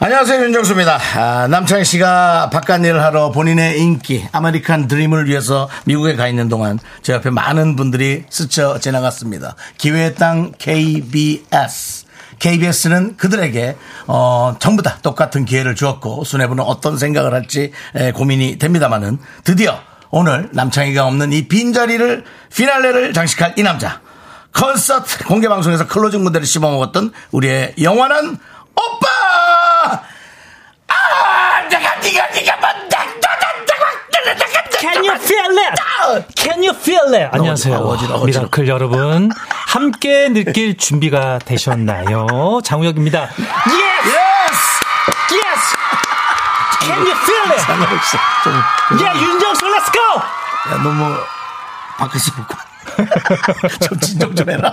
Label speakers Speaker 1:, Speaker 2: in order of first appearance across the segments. Speaker 1: 안녕하세요 윤정수입니다. 아, 남창희 씨가 바깥 일을 하러 본인의 인기 아메리칸 드림을 위해서 미국에 가 있는 동안 제 옆에 많은 분들이 스쳐 지나갔습니다. 기회의 땅 KBS. KBS는 그들에게 어, 전부 다 똑같은 기회를 주었고 수뇌부는 어떤 생각을 할지 에, 고민이 됩니다만은 드디어 오늘 남창희가 없는 이 빈자리를 피날레를 장식할 이 남자 콘서트 공개 방송에서 클로징 무대를 씹어먹었던 우리의 영원한 오빠! 아, 내가 네가 네가 뭔데?
Speaker 2: Can you feel it? Can you feel it? 안녕하세요.
Speaker 1: 어지러워, 어지러워, 어지러워.
Speaker 2: 미라클 여러분. 함께 느낄 준비가 되셨나요? 장우혁입니다. Yes!
Speaker 1: 예스!
Speaker 2: Yes! Can you feel it? Yeah, 윤정수, let's go!
Speaker 1: 야, 너무 뭐, 밖에서 웃고. 좀 진정 좀 해라.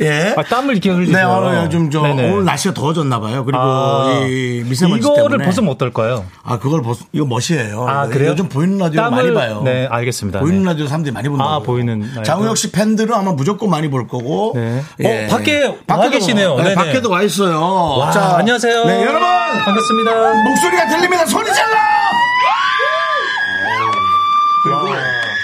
Speaker 1: 예.
Speaker 2: 아, 땀을 이렇게 흘리고.
Speaker 1: 네, 오늘 요즘 좀
Speaker 2: 네네.
Speaker 1: 오늘 날씨가 더워졌나 봐요. 그리고
Speaker 2: 아,
Speaker 1: 이 미세먼지
Speaker 2: 이거를
Speaker 1: 때문에.
Speaker 2: 벗으면 어떨까요?
Speaker 1: 아, 그걸 벗 이거 멋이에요.
Speaker 2: 아,
Speaker 1: 이거
Speaker 2: 그래요?
Speaker 1: 요즘 보이는 라디오
Speaker 2: 땀을-
Speaker 1: 많이 봐요.
Speaker 2: 네, 알겠습니다.
Speaker 1: 보이는
Speaker 2: 네.
Speaker 1: 라디오 사람들이 많이 본다.
Speaker 2: 아, 보이는 라디오.
Speaker 1: 장우혁 씨 팬들은 아마 무조건 많이 볼 거고.
Speaker 2: 네. 어, 밖에 와 계시네요.
Speaker 1: 네,
Speaker 2: 네네.
Speaker 1: 밖에도 와 있어요.
Speaker 2: 와, 안녕하세요.
Speaker 1: 네, 여러분.
Speaker 2: 반갑습니다.
Speaker 1: 목소리가 들립니다. 소리 질러! 그리고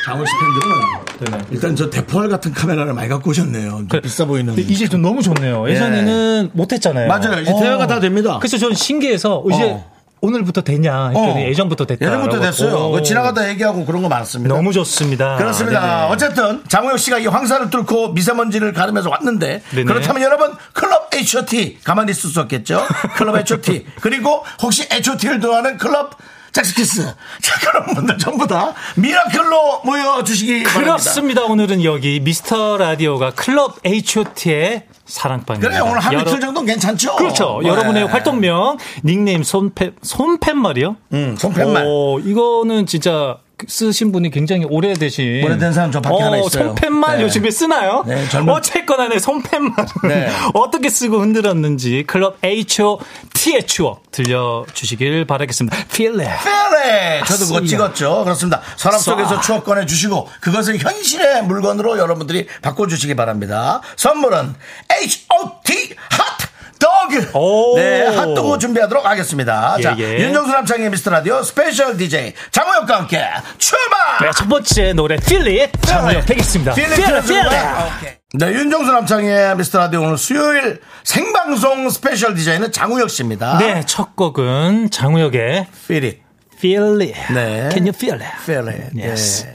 Speaker 1: 장우혁 씨 팬들은
Speaker 2: 네네.
Speaker 1: 일단 저 대포알 같은 카메라를 많이 갖고 오셨네요. 좀 비싸 보이는.
Speaker 2: 근데 그, 이제 좀 너무 좋네요. 예전에는 못했잖아요. 어.
Speaker 1: 맞아요. 이제 대화가 다 됩니다.
Speaker 2: 그래서 저는 신기해서 이제
Speaker 1: 어.
Speaker 2: 오늘부터 되냐 했더니
Speaker 1: 어.
Speaker 2: 예전부터 됐다.
Speaker 1: 예전부터 됐어요. 그거 지나가다 얘기하고 그런 거 많습니다.
Speaker 2: 너무 좋습니다.
Speaker 1: 그렇습니다.
Speaker 2: 아, 네네.
Speaker 1: 어쨌든 장우혁 씨가 이 황사를 뚫고 미세먼지를 가르면서 왔는데
Speaker 2: 네네.
Speaker 1: 그렇다면 여러분 클럽 H.O.T 가만히 있을 수 없겠죠. 클럽 H.O.T 그리고 혹시 H.O.T를 좋아하는 클럽 잭스키스 자, 그런 분들 전부 다 미라클로 모여 주시기 바랍니다.
Speaker 2: 그렇습니다. 오늘은 여기 미스터 라디오가 클럽 H.O.T.의 사랑방입니다.
Speaker 1: 그래 오늘 한
Speaker 2: 여러-
Speaker 1: 이틀 정도는 괜찮죠.
Speaker 2: 그렇죠.
Speaker 1: 네.
Speaker 2: 여러분의 활동명 닉네임 손팻 손팻 말이요.
Speaker 1: 음, 손팻말.
Speaker 2: 오, 이거는 진짜 쓰신 분이 굉장히 오래되신
Speaker 1: 오래된 사람 저 밖에 하나 있어요.
Speaker 2: 손팻말
Speaker 1: 네.
Speaker 2: 요즘에 쓰나요?
Speaker 1: 네, 젊은-
Speaker 2: 어쨌거나 내 손팻말
Speaker 1: 네.
Speaker 2: 어떻게 쓰고 흔들었는지 클럽 H.O.T의 추억 들려주시길 바라겠습니다. Feel it.
Speaker 1: 페레 저도 그거
Speaker 2: 맞습니다.
Speaker 1: 찍었죠. 그렇습니다. 서랍 속에서 추억 꺼내 주시고 그것을 현실의 물건으로 여러분들이 바꿔 주시기 바랍니다. 선물은 H.O.T. 핫도그
Speaker 2: 오.
Speaker 1: 네 핫도그 준비하도록 하겠습니다.
Speaker 2: 예,
Speaker 1: 자
Speaker 2: 예.
Speaker 1: 윤정수 남창의 미스터 라디오 스페셜 DJ 장호혁과 함께
Speaker 2: 네,
Speaker 1: 출발.
Speaker 2: 첫 번째 노래 Feel it 장우혁 되겠습니다.
Speaker 1: 필립
Speaker 2: Feel it, feel it.
Speaker 1: 네, 윤정수 남창의 미스터 라디오 오늘 수요일 생방송 스페셜 디자인은 장우혁 씨입니다.
Speaker 2: 네, 첫 곡은 장우혁의
Speaker 1: 필립.
Speaker 2: Feel it.
Speaker 1: 네.
Speaker 2: Can you feel it?
Speaker 1: 페레. 네.
Speaker 2: Yes.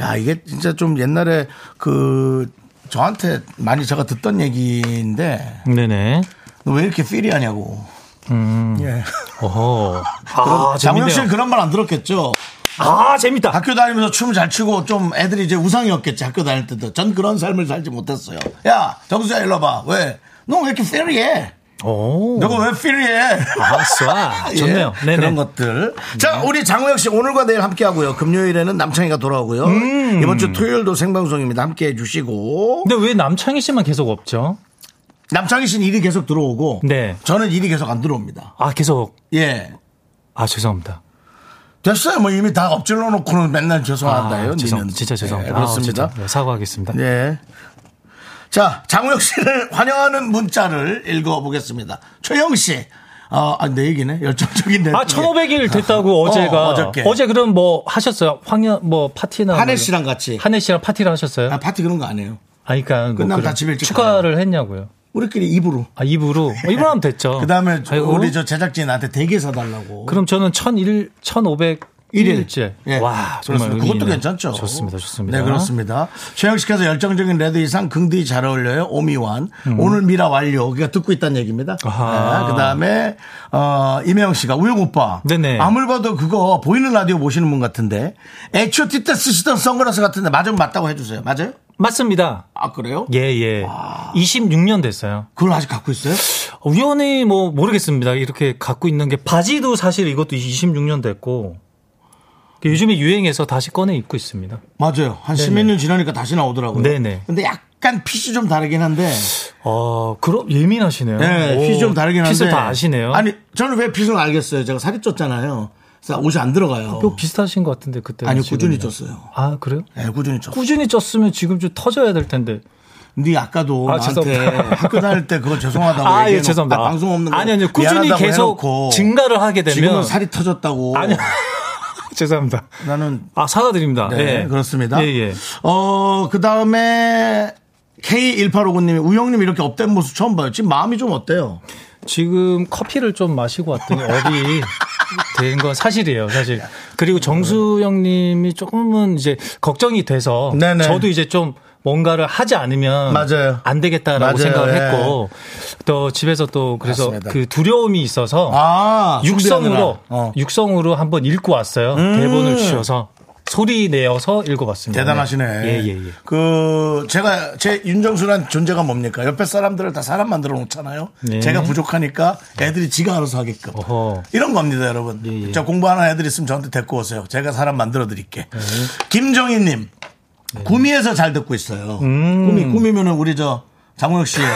Speaker 1: 야, 이게 진짜 좀 옛날에 그 저한테 많이 제가 듣던 얘기인데
Speaker 2: 네네.
Speaker 1: 너 왜 이렇게 필이 하냐고. 예.
Speaker 2: 어허. 아,
Speaker 1: 장우혁 씨는
Speaker 2: 재밌네요.
Speaker 1: 그런 말 안 들었겠죠.
Speaker 2: 아, 재밌다.
Speaker 1: 학교 다니면서 춤 잘 추고 좀 애들이 이제 우상이었겠지. 학교 다닐 때도. 전 그런 삶을 살지 못했어요. 야, 정수야 일로 봐. 왜? 너 왜 이렇게 필이해?
Speaker 2: 오.
Speaker 1: 너가 왜 필이해?
Speaker 2: 아, 쏴. 좋네요.
Speaker 1: 네. 예,
Speaker 2: 네네. 음.
Speaker 1: 그런 것들. 자, 우리 장우혁 씨 오늘과 내일 함께 하고요. 금요일에는 남창희가 돌아오고요.
Speaker 2: 음.
Speaker 1: 이번 주 토요일도 생방송입니다. 함께 해주시고.
Speaker 2: 근데 왜 남창희 씨만 계속 없죠?
Speaker 1: 남창희 씨는 일이 계속 들어오고.
Speaker 2: 네.
Speaker 1: 저는 일이 계속 안 들어옵니다.
Speaker 2: 아, 계속.
Speaker 1: 예.
Speaker 2: 아, 죄송합니다.
Speaker 1: 됐어요. 뭐 이미 다 엎질러 놓고는 맨날 죄송하다 해요.
Speaker 2: 아, 죄송,
Speaker 1: 니는.
Speaker 2: 진짜 죄송합니다.
Speaker 1: 예, 그렇습니다.
Speaker 2: 아, 진짜. 네, 사과하겠습니다.
Speaker 1: 예. 자, 장우혁 씨를 환영하는 문자를 읽어보겠습니다. 최영 씨. 어, 아, 내 얘기네. 열정적인 내
Speaker 2: 아, 1500일 됐다고 어제가.
Speaker 1: 예. 어저께.
Speaker 2: 어제 그럼 뭐 하셨어요? 황현, 뭐 파티나.
Speaker 1: 한혜
Speaker 2: 뭐-
Speaker 1: 씨랑 같이.
Speaker 2: 한혜 씨랑 파티를 하셨어요?
Speaker 1: 아, 파티 그런 거 안 해요.
Speaker 2: 아, 그니까. 뭐
Speaker 1: 끝나면
Speaker 2: 그런
Speaker 1: 다 집에 일찍
Speaker 2: 축하를 했냐고요.
Speaker 1: 우리끼리 입으로.
Speaker 2: 아, 입으로. 어, 입으로 하면 됐죠.
Speaker 1: 그 다음에
Speaker 2: 아이고.
Speaker 1: 우리 저 제작진한테 대게 사달라고.
Speaker 2: 그럼 저는 1001, 1500.
Speaker 1: 일일.
Speaker 2: 일째.
Speaker 1: 예.
Speaker 2: 와, 정말.
Speaker 1: 그렇습니다.
Speaker 2: 의미
Speaker 1: 그것도
Speaker 2: 있는.
Speaker 1: 괜찮죠.
Speaker 2: 좋습니다, 좋습니다.
Speaker 1: 네, 그렇습니다. 최영 씨께서 열정적인 레드 이상 긍디 잘 어울려요. 오미완. 오늘 미라 완료. 그러니까 듣고 있다는 얘기입니다.
Speaker 2: 음. 아하.
Speaker 1: 그 다음에, 어, 임혜영 씨가 우영 오빠.
Speaker 2: 네네.
Speaker 1: 아무리 봐도 그거 보이는 라디오 보시는 분 같은데. HOT 때 쓰시던 선글라스 같은데 맞으면 맞다고 해주세요. 맞아요?
Speaker 2: 맞습니다.
Speaker 1: 아, 그래요?
Speaker 2: 예, 예. 26년 됐어요.
Speaker 1: 그걸 아직 갖고 있어요?
Speaker 2: 우연히 뭐 모르겠습니다. 이렇게 갖고 있는 게 바지도 사실 이것도 26년 됐고 요즘에 유행해서 다시 꺼내 입고 있습니다.
Speaker 1: 맞아요. 한 십몇 년 지나니까 다시 나오더라고요.
Speaker 2: 네, 네네.
Speaker 1: 근데 약간 핏이 좀 다르긴 한데.
Speaker 2: 아, 그럼 예민하시네요.
Speaker 1: 네, 핏이 좀 다르긴 한데.
Speaker 2: 핏을 다 아시네요.
Speaker 1: 아니, 저는 왜 핏을 알겠어요. 제가 살이 쪘잖아요. 그래서 옷이 안 들어가요.
Speaker 2: 뼈 비슷하신 것 같은데 그때.
Speaker 1: 아니, 꾸준히 쪘어요.
Speaker 2: 아, 그래요?
Speaker 1: 예, 꾸준히 쪘어요.
Speaker 2: 꾸준히 쪘으면 지금 좀 터져야 될 텐데.
Speaker 1: 네 아까도
Speaker 2: 아,
Speaker 1: 나한테
Speaker 2: 죄송합니다.
Speaker 1: 학교 다닐 때 그거 죄송하다고
Speaker 2: 아, 예,
Speaker 1: 얘기해놓고
Speaker 2: 죄송합니다.
Speaker 1: 나 방송 없는 거
Speaker 2: 아니, 아니요. 꾸준히
Speaker 1: 미안하다고
Speaker 2: 계속
Speaker 1: 해놓고
Speaker 2: 증가를 하게 되면-
Speaker 1: 지금은 살이 터졌다고
Speaker 2: 아니요. 죄송합니다.
Speaker 1: 나는
Speaker 2: 아, 사과드립니다.
Speaker 1: 네,
Speaker 2: 예.
Speaker 1: 그렇습니다.
Speaker 2: 예, 예.
Speaker 1: 어, 그 다음에 K1859님이 우영님 이렇게 업된 모습 처음 봐요. 지금 마음이 좀 어때요?
Speaker 2: 지금 커피를 좀 마시고 왔더니 업이 된 건 사실이에요, 사실. 그리고 정수영님이 조금은 이제 걱정이 돼서
Speaker 1: 네. 네네.
Speaker 2: 저도 이제 좀 뭔가를 하지 않으면
Speaker 1: 맞아요.
Speaker 2: 안 되겠다라고
Speaker 1: 맞아요.
Speaker 2: 생각을
Speaker 1: 예.
Speaker 2: 했고 또 집에서 또 그래서
Speaker 1: 맞습니다.
Speaker 2: 그 두려움이 있어서
Speaker 1: 아,
Speaker 2: 육성으로
Speaker 1: 준비하느라. 어. 음.
Speaker 2: 육성으로 한번 읽고 왔어요. 대본을 주셔서 소리 내어서 읽어봤습니다.
Speaker 1: 대단하시네.
Speaker 2: 예예예.
Speaker 1: 그 제가 제 윤정수란 존재가 뭡니까? 옆에 사람들을 다 사람 만들어 놓잖아요.
Speaker 2: 네.
Speaker 1: 제가 부족하니까 애들이 지가 알아서 하게끔
Speaker 2: 어허.
Speaker 1: 이런 겁니다, 여러분.
Speaker 2: 예, 예.
Speaker 1: 저 공부하는 애들 있으면 저한테 데리고 오세요. 제가 사람 만들어 드릴게. 김정희님
Speaker 2: 네.
Speaker 1: 구미에서 잘 듣고 있어요.
Speaker 2: 음.
Speaker 1: 구미 구미면은 우리 저 장우혁 씨의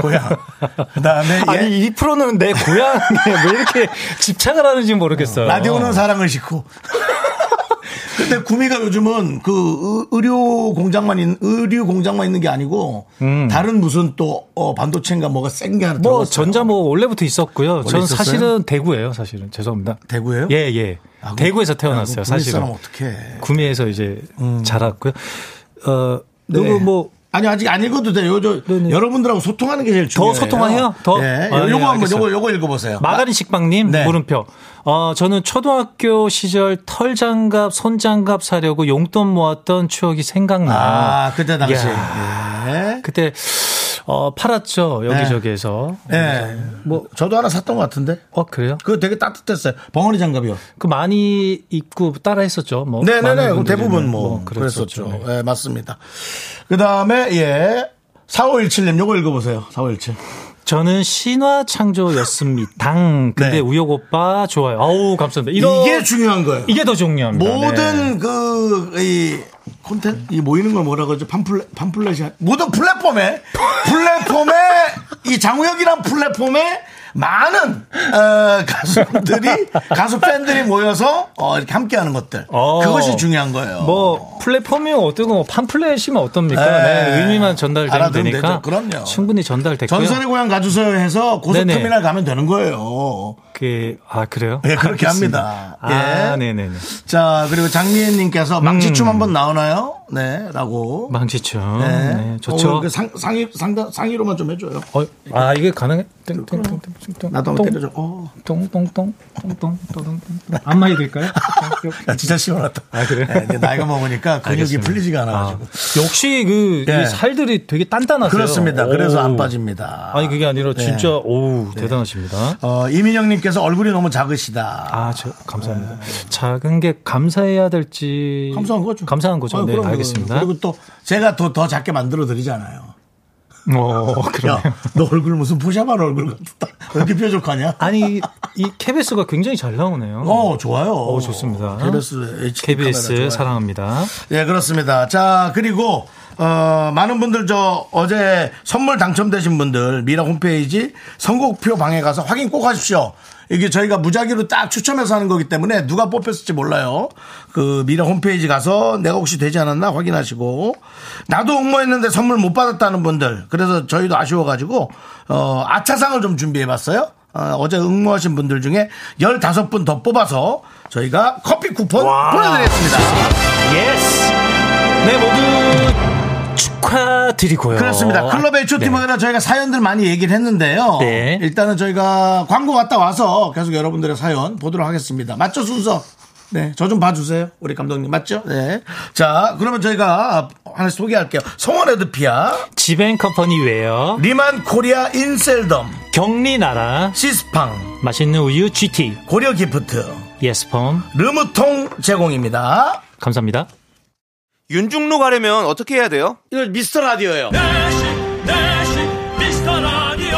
Speaker 1: 고향. 그다음에 예,
Speaker 2: 아니 이 프로는 내 고향에 왜 이렇게 집착을 하는지 모르겠어요.
Speaker 1: 라디오는 사랑을 싣고. 근데 구미가 요즘은 그 의- 의료 공장만 있, 의료 공장만 있는 게 아니고 다른 무슨 또 어, 반도체인가 뭐가 센 게 하나
Speaker 2: 음. 뭐
Speaker 1: 들어갔어요.
Speaker 2: 전자 뭐 원래부터 있었고요. 저는
Speaker 1: 있었어요?
Speaker 2: 사실은 대구예요, 사실은. 죄송합니다.
Speaker 1: 대구예요?
Speaker 2: 예, 예.
Speaker 1: 아,
Speaker 2: 대구에서
Speaker 1: 그럼-
Speaker 2: 태어났어요,
Speaker 1: 그럼 구미
Speaker 2: 사실은. 네.
Speaker 1: 사람 어떻게? 음.
Speaker 2: 구미에서 이제 자랐고요. 어,
Speaker 1: 네.
Speaker 2: 누구 뭐
Speaker 1: 아니 아직 안 읽어도 돼요. 저
Speaker 2: 네.
Speaker 1: 여러분들하고 소통하는 게 제일 중요해요.
Speaker 2: 소통해요? 더?
Speaker 1: 예.
Speaker 2: 아, 네,
Speaker 1: 요거 한번
Speaker 2: 알겠어요.
Speaker 1: 요거 요거 읽어보세요.
Speaker 2: 마가린 식빵님
Speaker 1: 네.
Speaker 2: 물음표. 어, 저는 초등학교 시절 털 장갑, 손 장갑 사려고 용돈 모았던 추억이 생각나.
Speaker 1: 아 그때 당시. 예.
Speaker 2: 그때 어, 팔았죠 여기저기에서.
Speaker 1: 예. 뭐 저도 하나 샀던 것 같은데.
Speaker 2: 어 그래요?
Speaker 1: 그거 되게 따뜻했어요. 벙어리 장갑이요.
Speaker 2: 그 많이 입고 따라했었죠. 뭐 많은
Speaker 1: 네네네.
Speaker 2: 분들이 네.
Speaker 1: 대부분 뭐, 그랬었죠. 예, 맞습니다. 그 다음에, 예. 4517님, 요거 읽어보세요. 4517.
Speaker 2: 저는 신화 창조였습니다. 당. 근데
Speaker 1: 네.
Speaker 2: 우혁 오빠 좋아요. 아우 감사합니다. 이런
Speaker 1: 이게 중요한 거예요.
Speaker 2: 이게 더 중요합니다. 네.
Speaker 1: 모든 그, 이, 콘텐츠, 이 모이는 걸 뭐라 그러죠? 팜플렛, 팜플렛이, 아니- 모든 플랫폼에, 플랫폼에, 이 장우혁이란 플랫폼에 많은, 어, 가수들이, 가수 팬들이 모여서, 어, 이렇게 함께 하는 것들.
Speaker 2: 어.
Speaker 1: 그것이 중요한 거예요.
Speaker 2: 뭐 플랫폼이 어떻고 뭐 팜플렛이면 어떻습니까?
Speaker 1: 네.
Speaker 2: 네, 의미만 전달되면
Speaker 1: 알아들으면
Speaker 2: 되니까
Speaker 1: 되죠. 그럼요.
Speaker 2: 충분히 전달됐고요.
Speaker 1: 전선의 고향 가주세요 해서
Speaker 2: 네네.
Speaker 1: 고속터미널 가면 되는 거예요.
Speaker 2: 그, 아 그래요?
Speaker 1: 예, 그렇게
Speaker 2: 알겠습니다.
Speaker 1: 합니다.
Speaker 2: 아,
Speaker 1: 예.
Speaker 2: 네네네.
Speaker 1: 자, 그리고 장미애님께서 망치춤 한번 나오나요? 네, 라고.
Speaker 2: 음. 망치춤.
Speaker 1: 네.
Speaker 2: 네. 좋죠.
Speaker 1: 어, 그 상, 상의, 상단, 상의로만 좀 해줘요.
Speaker 2: 어, 아 이게 가능해? 땡땡땡땡땡.
Speaker 1: 나도 한번 때려줘. 어.
Speaker 2: 똥똥똥 똥똥 똥똥 안마이 될까요?
Speaker 1: 야, 진짜 시원하다.
Speaker 2: 아, 그래요?
Speaker 1: 네, 이제 나이가 먹으니까 근육이
Speaker 2: 알겠습니다.
Speaker 1: 풀리지가
Speaker 2: 아,
Speaker 1: 않아가지고.
Speaker 2: 역시 그
Speaker 1: 예.
Speaker 2: 이 살들이 되게 단단하세요.
Speaker 1: 그렇습니다. 그래서 안
Speaker 2: 오.
Speaker 1: 빠집니다.
Speaker 2: 아니 그게 아니라 진짜
Speaker 1: 네.
Speaker 2: 오 대단하십니다.
Speaker 1: 어, 이민영님께서 얼굴이 너무 작으시다.
Speaker 2: 아, 저, 감사합니다. 작은 게 감사해야 될지
Speaker 1: 네. 감사한 거죠.
Speaker 2: 감사한 거죠.
Speaker 1: 아유,
Speaker 2: 네,
Speaker 1: 그럼요.
Speaker 2: 알겠습니다.
Speaker 1: 그리고 또 제가 더, 더 작게 만들어 드리잖아요.
Speaker 2: 어, 그래요.
Speaker 1: 야, 너 얼굴 무슨 푸샵한 얼굴 같다. 왜 이렇게 뾰족하냐?
Speaker 2: 아니 이 KBS가 굉장히 잘 나오네요.
Speaker 1: 어, 좋아요.
Speaker 2: 어, 좋습니다.
Speaker 1: KBS, HD 카메라
Speaker 2: KBS
Speaker 1: 좋아요.
Speaker 2: 사랑합니다.
Speaker 1: 예, 그렇습니다. 자, 그리고, 어, 많은 분들 저 어제 선물 당첨되신 분들 미라 홈페이지 선곡표 방에 가서 확인 꼭 하십시오. 이게 저희가 무작위로 딱 추첨해서 하는 거기 때문에 누가 뽑혔을지 몰라요. 그 미라 홈페이지 가서 내가 혹시 되지 않았나 확인하시고 나도 응모했는데 선물 못 받았다는 분들 그래서 저희도 아쉬워가지고 어, 아차상을 좀 준비해봤어요. 어, 제 응모하신 분들 중에 15분 더 뽑아서 저희가 커피 쿠폰 보내드리겠습니다.
Speaker 2: 예스. 네 모두 축하드리고요.
Speaker 1: 그렇습니다. 클럽 H.O.T.
Speaker 2: 네.
Speaker 1: 모여라 저희가 사연들 많이 얘기를 했는데요.
Speaker 2: 네.
Speaker 1: 일단은 저희가 광고 갔다 와서 계속 여러분들의 사연 보도록 하겠습니다. 맞죠 순서? 네, 저 좀 봐주세요. 우리 감독님 맞죠? 네. 자, 그러면 저희가 하나 소개할게요. 성원 에드피아,
Speaker 2: 지벤컴퍼니 웨어,
Speaker 1: 리만 코리아 인셀덤,
Speaker 2: 경리나라,
Speaker 1: 시스팡,
Speaker 2: 맛있는 우유 GT,
Speaker 1: 고려 기프트,
Speaker 2: 예스펌
Speaker 1: 르무통 제공입니다.
Speaker 2: 감사합니다.
Speaker 3: 윤중로 가려면 어떻게 해야 돼요?
Speaker 1: 이거 미스터 라디오예요.
Speaker 4: 내시 내시 미스터 라디오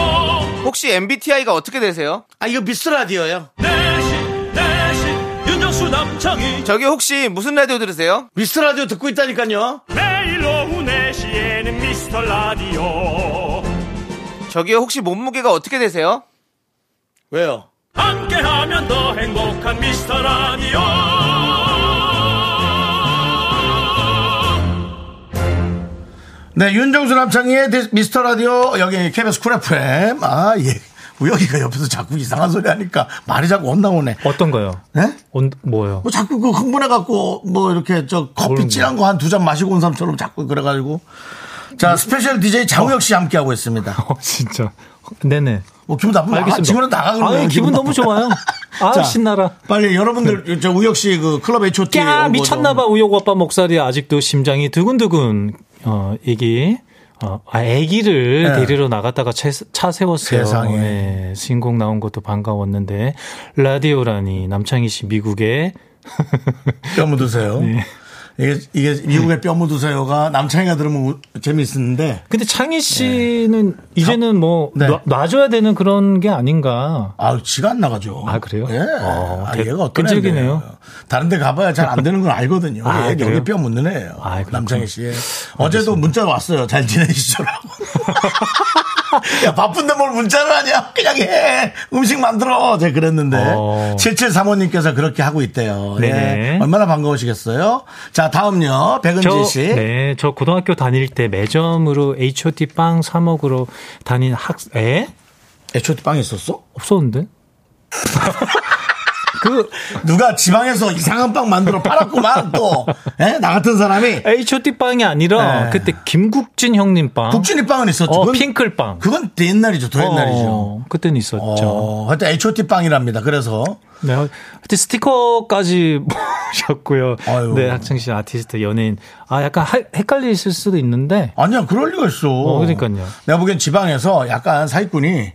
Speaker 3: 혹시 MBTI가 어떻게 되세요?
Speaker 1: 아, 이거 미스 라디오예요
Speaker 4: 내시 내시 윤정수 남창희
Speaker 3: 저기 혹시 무슨 라디오 들으세요?
Speaker 1: 미스 라디오 듣고 있다니까요.
Speaker 4: 매일 오후 4시에는 미스터 라디오
Speaker 3: 저기 혹시 몸무게가 어떻게 되세요?
Speaker 1: 왜요?
Speaker 4: 함께하면 더 행복한 미스터 라디오
Speaker 1: 네, 윤정수 남창희의 디- 미스터 라디오, 여기 KBS 쿨 FM. 아, 예. 우혁이가 옆에서 자꾸 이상한 소리 하니까 말이 자꾸 엇나오네.
Speaker 2: 어떤 거요?
Speaker 1: 네?
Speaker 2: 온, 뭐요?
Speaker 1: 뭐 자꾸 그 흥분해갖고 뭐 이렇게 저 커피
Speaker 2: 모르는
Speaker 1: 진한 거 한 두 잔 마시고 온 사람처럼 자꾸 그래가지고.
Speaker 2: 네.
Speaker 1: 자, 스페셜 DJ 장우혁 씨 함께하고 있습니다.
Speaker 2: 어, 진짜. 네네.
Speaker 1: 뭐 기분 나쁘면 나가,
Speaker 2: 알겠습니다.
Speaker 1: 지금은 나가 그러면
Speaker 2: 아유, 기분 너무 좋아요. 아, 신나라.
Speaker 1: 빨리 여러분들, 저 우혁 씨 그 클럽 H.O.T.
Speaker 2: 야
Speaker 1: 온거 좀.
Speaker 2: 미쳤나봐 우혁 오빠 목소리 아직도 심장이 두근두근 어 이기 어, 아, 아기를
Speaker 1: 네.
Speaker 2: 데리러 나갔다가 차, 차 세웠어요.
Speaker 1: 세상에.
Speaker 2: 네, 신곡 나온 것도 반가웠는데 라디오라니 남창희 씨 미국에
Speaker 1: 뼈 묻으세요.
Speaker 2: 네.
Speaker 1: 이게, 이게 미국의 뼈 묻으세요가 남창이가 들으면 우- 재밌는데
Speaker 2: 근데 창희 씨는 이제는 뭐
Speaker 1: 네.
Speaker 2: 놔, 놔줘야 되는 그런 게 아닌가.
Speaker 1: 아, 지가 안 나가죠.
Speaker 2: 아, 그래요?
Speaker 1: 예.
Speaker 2: 어,
Speaker 1: 아,
Speaker 2: 되-
Speaker 1: 얘가 어떤
Speaker 2: 끈질기네요.
Speaker 1: 애인데요. 다른 데 가봐야 잘 안 되는 건 알거든요.
Speaker 2: 아,
Speaker 1: 얘 여기
Speaker 2: 그래요?
Speaker 1: 뼈 묻는 애예요.
Speaker 2: 아, 그렇구나.
Speaker 1: 남창희 씨. 어제도 문자 왔어요. 잘 지내시죠라고. 야, 바쁜데 뭘 문자를 하냐? 그냥 해. 음식 만들어. 제가 그랬는데.
Speaker 2: 어.
Speaker 1: 7735님께서 그렇게 하고 있대요. 예.
Speaker 2: 네네.
Speaker 1: 얼마나 반가우시겠어요? 자, 다음요. 백은지
Speaker 2: 저,
Speaker 1: 씨.
Speaker 2: 네, 저 고등학교 다닐 때 매점으로 H.O.T 빵 사 먹으러 다닌 학, 에?
Speaker 1: 애초에 빵 있었어?
Speaker 2: 없었는데? 그
Speaker 1: 누가 지방에서 이상한 빵 만들어 팔았구만, 또. 예? 나 같은 사람이.
Speaker 2: 어, H.O.T 빵이 아니라
Speaker 1: 네.
Speaker 2: 그때 김국진 형님 빵.
Speaker 1: 국진이 빵은 있었죠.
Speaker 2: 어,
Speaker 1: 그건-
Speaker 2: 핑클 빵.
Speaker 1: 그건 더 옛날이죠. 더 옛날이죠.
Speaker 2: 어, 그때는 있었죠.
Speaker 1: 어, 하여튼 HOT 빵이랍니다. 그래서.
Speaker 2: 네, 하여튼 스티커까지 모셨고요.
Speaker 1: 아유.
Speaker 2: 네, 학창 시 아티스트 연예인. 아, 약간 하- 헷갈리실 수도 있는데.
Speaker 1: 아니야, 그럴 리가 있어.
Speaker 2: 어, 그러니까요.
Speaker 1: 내가 보기엔 지방에서 약간 사기꾼이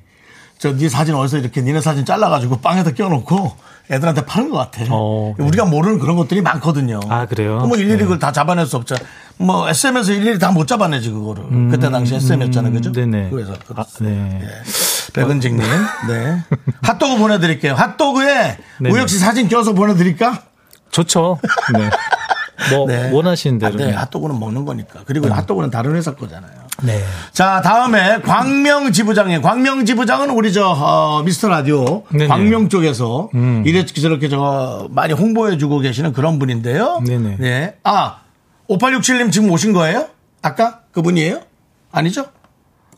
Speaker 1: 저 네 사진 어디서 이렇게 니네 사진 잘라가지고 빵에다 끼워놓고 애들한테 파는 것 같아.
Speaker 2: 어, 네.
Speaker 1: 우리가 모르는 그런 것들이 많거든요.
Speaker 2: 아, 그래요?
Speaker 1: 뭐 일일이
Speaker 2: 네.
Speaker 1: 그걸 다 잡아낼 수 없잖아. 뭐 SM에서 일일이 다 못 잡아내지, 그거를. 그때 당시 SM이었잖아요. 그죠?
Speaker 2: 음, 네네.
Speaker 1: 그래서. 예.
Speaker 2: 아, 네. 어.
Speaker 1: 백은직님. 네. 핫도그 보내드릴게요. 핫도그에
Speaker 2: 네네.
Speaker 1: 우혁 씨 사진 껴서 보내드릴까?
Speaker 2: 좋죠. 네. 뭐, 원하시는 대로.
Speaker 1: 아, 네, 핫도그는 먹는 거니까. 그리고 핫도그는 다른 회사 거잖아요.
Speaker 2: 네.
Speaker 1: 자, 다음에 광명 지부장이에요. 광명 지부장은 우리 저, 어, 미스터 라디오.
Speaker 2: 네네. 음.
Speaker 1: 광명 쪽에서 이렇게 저렇게 저 많이 홍보해주고 계시는 그런 분인데요.
Speaker 2: 네네.
Speaker 1: 네. 아, 5867님 지금 오신 거예요? 아까? 그분이에요? 아니죠?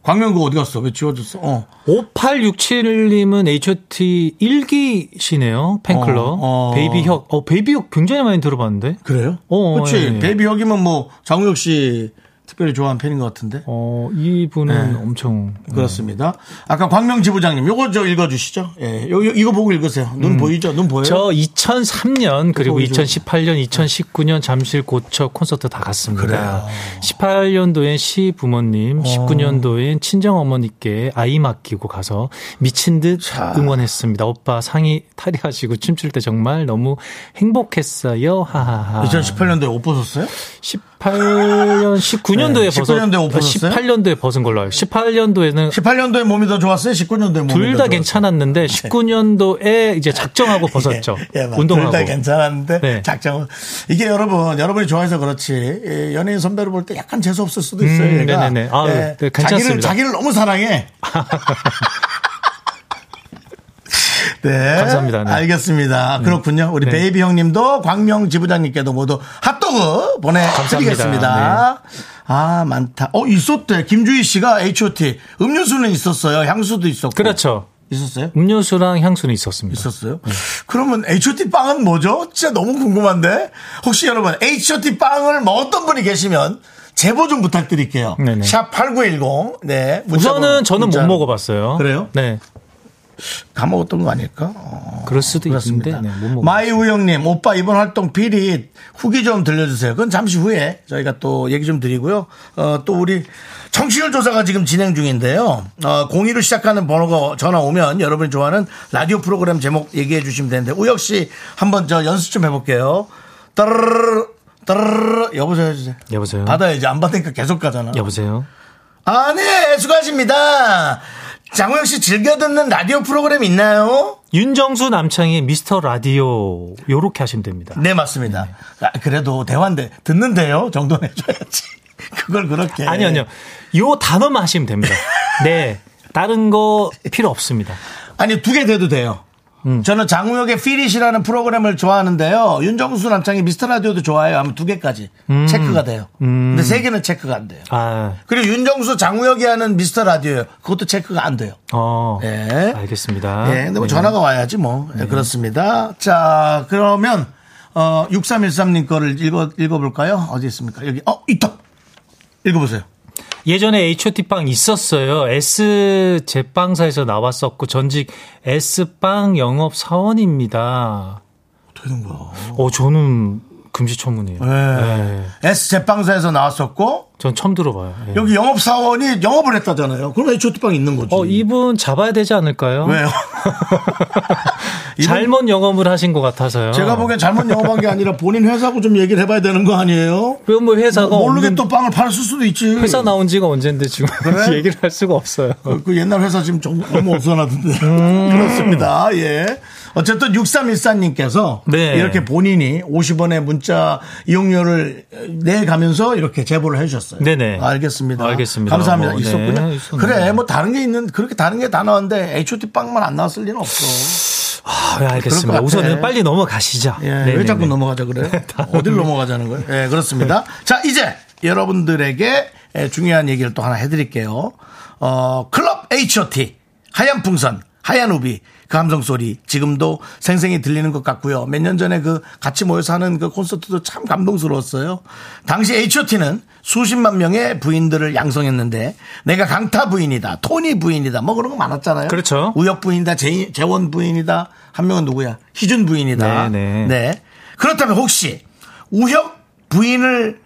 Speaker 1: 광명구 어디 갔어? 왜 지워졌어? 어.
Speaker 2: 5867님은 H.O.T. 1기시네요. 팬클럽.
Speaker 1: 어, 어.
Speaker 2: 베이비혁. 어, 베이비혁 굉장히 많이 들어봤는데.
Speaker 1: 그래요?
Speaker 2: 어,
Speaker 1: 그렇지.
Speaker 2: 예, 예.
Speaker 1: 베이비 여기면 뭐 장우혁 씨 특별히 좋아하는 팬인 것 같은데.
Speaker 2: 어,
Speaker 1: 네.
Speaker 2: 이분은 엄청.
Speaker 1: 그렇습니다. 아까 광명 지부장님, 요거 저 읽어주시죠. 예, 요, 요- 이거 보고 읽으세요. 눈 보이죠? 눈 보여요?
Speaker 2: 음. 저 2003년 그리고
Speaker 1: 보기 좋죠.
Speaker 2: 2018년 2019년 잠실 고척 콘서트 다 갔습니다. 18년도엔 시
Speaker 1: 어.
Speaker 2: 부모님, 19년도엔 친정 어머니께 아이 맡기고 가서 미친 듯 응원했습니다. 오빠 상의 탈의하시고 춤출 때 정말 너무 행복했어요. 하하하.
Speaker 1: 2018년도에 옷 벗었어요?
Speaker 2: 18년 19년도에
Speaker 1: 네,
Speaker 2: 벗어
Speaker 1: 19년도에 옷 벗었어요?
Speaker 2: 18년도에 벗은 걸로 알고. 18년도에는
Speaker 1: 18년도에 몸이 더 좋았어요? 19년도에 네. 몸이
Speaker 2: 둘
Speaker 1: 더
Speaker 2: 다 괜찮았는데 19년도에 이제 작정하고
Speaker 1: 예.
Speaker 2: 벗었죠. 그렇죠. 운동하고.
Speaker 1: 뭐 둘다 괜찮았는데
Speaker 2: 네.
Speaker 1: 작정은 이게 여러분 여러분이 좋아해서 그렇지 예, 연예인 선배로 볼 때 약간 재수 없을 수도 있어요.
Speaker 2: 음,
Speaker 1: 얘가. 예.
Speaker 2: 네네네. 아, 네,
Speaker 1: 자기를
Speaker 2: 괜찮습니다.
Speaker 1: 자기를 너무 사랑해. 네.
Speaker 2: 감사합니다. 네.
Speaker 1: 알겠습니다. 그렇군요. 우리
Speaker 2: 네.
Speaker 1: 베이비 형님도 광명 지부장님께도 모두 핫도그 보내드리겠습니다.
Speaker 2: 네.
Speaker 1: 아, 많다. 어, 있었대. 김주희 씨가 HOT. 음료수는 있었어요. 향수도 있었고.
Speaker 2: 그렇죠.
Speaker 1: 있었어요?
Speaker 2: 음료수랑 향수는 있었습니다.
Speaker 1: 있었어요? 그러면 HOT 빵은 뭐죠? 진짜 너무 궁금한데. 혹시 여러분 HOT 빵을 먹었던 분이 계시면 제보 좀 부탁드릴게요.
Speaker 2: 네네.
Speaker 1: 샵 8910. 네. 문자 번호,
Speaker 2: 우선은 저는
Speaker 1: 문자로.
Speaker 2: 못 먹어봤어요.
Speaker 1: 그래요?
Speaker 2: 네.
Speaker 1: 다 먹었던 거 아닐까? 어.
Speaker 2: 그럴 수도 있는데, 네, 못 먹어.
Speaker 1: 마이 우영님, 오빠 이번 활동 비리 후기 좀 들려주세요. 그건 잠시 후에 저희가 또 얘기 좀 드리고요. 어, 또 우리 청취율 조사가 지금 진행 중인데요. 어, 02로 시작하는 번호가 전화 오면 여러분이 좋아하는 라디오 프로그램 제목 얘기해 주시면 되는데, 우혁 씨 한번 저 연습 좀 해볼게요. 따르르, 따르르, 여보세요 해주세요.
Speaker 2: 여보세요?
Speaker 1: 받아야지. 안 받으니까 계속 가잖아.
Speaker 2: 여보세요?
Speaker 1: 아, 네, 수고하십니다. 장우영 씨 즐겨 듣는 라디오 프로그램 있나요?
Speaker 2: 윤정수 남창의 미스터 라디오 요렇게 하시면 됩니다.
Speaker 1: 네, 맞습니다. 아, 그래도 대화인데 듣는데요 정도는 해줘야지. 그걸 그렇게.
Speaker 2: 아니요, 아니요. 요 단어만 하시면 됩니다. 네. 다른 거 필요 없습니다.
Speaker 1: 아니 두 개 돼도 돼요.
Speaker 2: 음.
Speaker 1: 저는 장우혁의 피릿이라는 프로그램을 좋아하는데요. 윤정수 남창이 미스터 라디오도 좋아해요. 하면 두 개까지
Speaker 2: 음.
Speaker 1: 체크가 돼요. 근데 세 개는 체크가 안 돼요.
Speaker 2: 아,
Speaker 1: 그리고 윤정수 장우혁이 하는 미스터 라디오요. 그것도 체크가 안 돼요.
Speaker 2: 어.
Speaker 1: 예.
Speaker 2: 알겠습니다.
Speaker 1: 예, 근데 뭐
Speaker 2: 네.
Speaker 1: 전화가 와야지 뭐. 예, 그렇습니다. 자, 그러면 어 6313님 거를 읽어 읽어 볼까요? 어디 있습니까? 여기. 어, 있다. 읽어 보세요.
Speaker 2: 예전에 HOT빵 있었어요. S 제빵사에서 나왔었고 전직 S빵 영업 사원입니다.
Speaker 1: 어떻게 된 거야?
Speaker 2: 어, 저는 금시초문이에요.
Speaker 1: 네.
Speaker 2: 예.
Speaker 1: S 제빵사에서 나왔었고
Speaker 2: 전 처음 들어봐요. 예.
Speaker 1: 여기 영업 사원이 영업을 했다잖아요. 그럼 H초트빵 있는 거지.
Speaker 2: 어, 이분 잡아야 되지 않을까요?
Speaker 1: 왜요? 네. 이분-
Speaker 2: 잘못 영업을 하신 것 같아서요.
Speaker 1: 제가 보기엔 잘못 영업한 게 아니라 본인 회사하고 좀 얘기를 해봐야 되는 거 아니에요?
Speaker 2: 그럼 뭐 회사가
Speaker 1: 모르게
Speaker 2: 없는-
Speaker 1: 또 네. 빵을 팔을 수도 있지.
Speaker 2: 회사 나온 지가 언젠데 지금 얘기를 할 수가 없어요.
Speaker 1: 그, 그 옛날 회사 지금 정- 너무 없어놨던데. 그렇습니다. 예. 어쨌든 6314님께서
Speaker 2: 네.
Speaker 1: 이렇게 본인이 50원의 문자 이용료를 내가면서 이렇게 제보를 해주셨어요.
Speaker 2: 네네.
Speaker 1: 알겠습니다.
Speaker 2: 알겠습니다.
Speaker 1: 감사합니다.
Speaker 2: 어, 네,
Speaker 1: 있었군요.
Speaker 2: 있었네.
Speaker 1: 그래, 뭐 다른 게 있는, 그렇게 다른 게 다 나왔는데 HOT 빵만 안 나왔을 리는 없어.
Speaker 2: 아, 네,
Speaker 1: 그럴
Speaker 2: 알겠습니다.
Speaker 1: 것 같아.
Speaker 2: 우선은 빨리 넘어가시자.
Speaker 1: 예.
Speaker 2: 네,
Speaker 1: 왜
Speaker 2: 네,
Speaker 1: 자꾸
Speaker 2: 네.
Speaker 1: 넘어가자 그래? 어딜 넘어가자는 거예요? 예, 그렇습니다. 자, 이제 여러분들에게 예, 중요한 얘기를 또 하나 해드릴게요. 어, 클럽 H.O.T. 하얀 풍선, 하얀 우비, 그 함성 소리 지금도 생생히 들리는 것 같고요. 몇 년 전에 그 같이 모여서 하는 그 콘서트도 참 감동스러웠어요. 당시 H.O.T.는 수십만 명의 부인들을 양성했는데 내가 강타 부인이다, 토니 부인이다, 뭐 그런 거 많았잖아요.
Speaker 2: 그렇죠.
Speaker 1: 우혁 부인이다, 재, 재원 부인이다, 한 명은 누구야? 희준 부인이다.
Speaker 2: 네, 네.
Speaker 1: 네. 그렇다면 혹시 우혁 부인을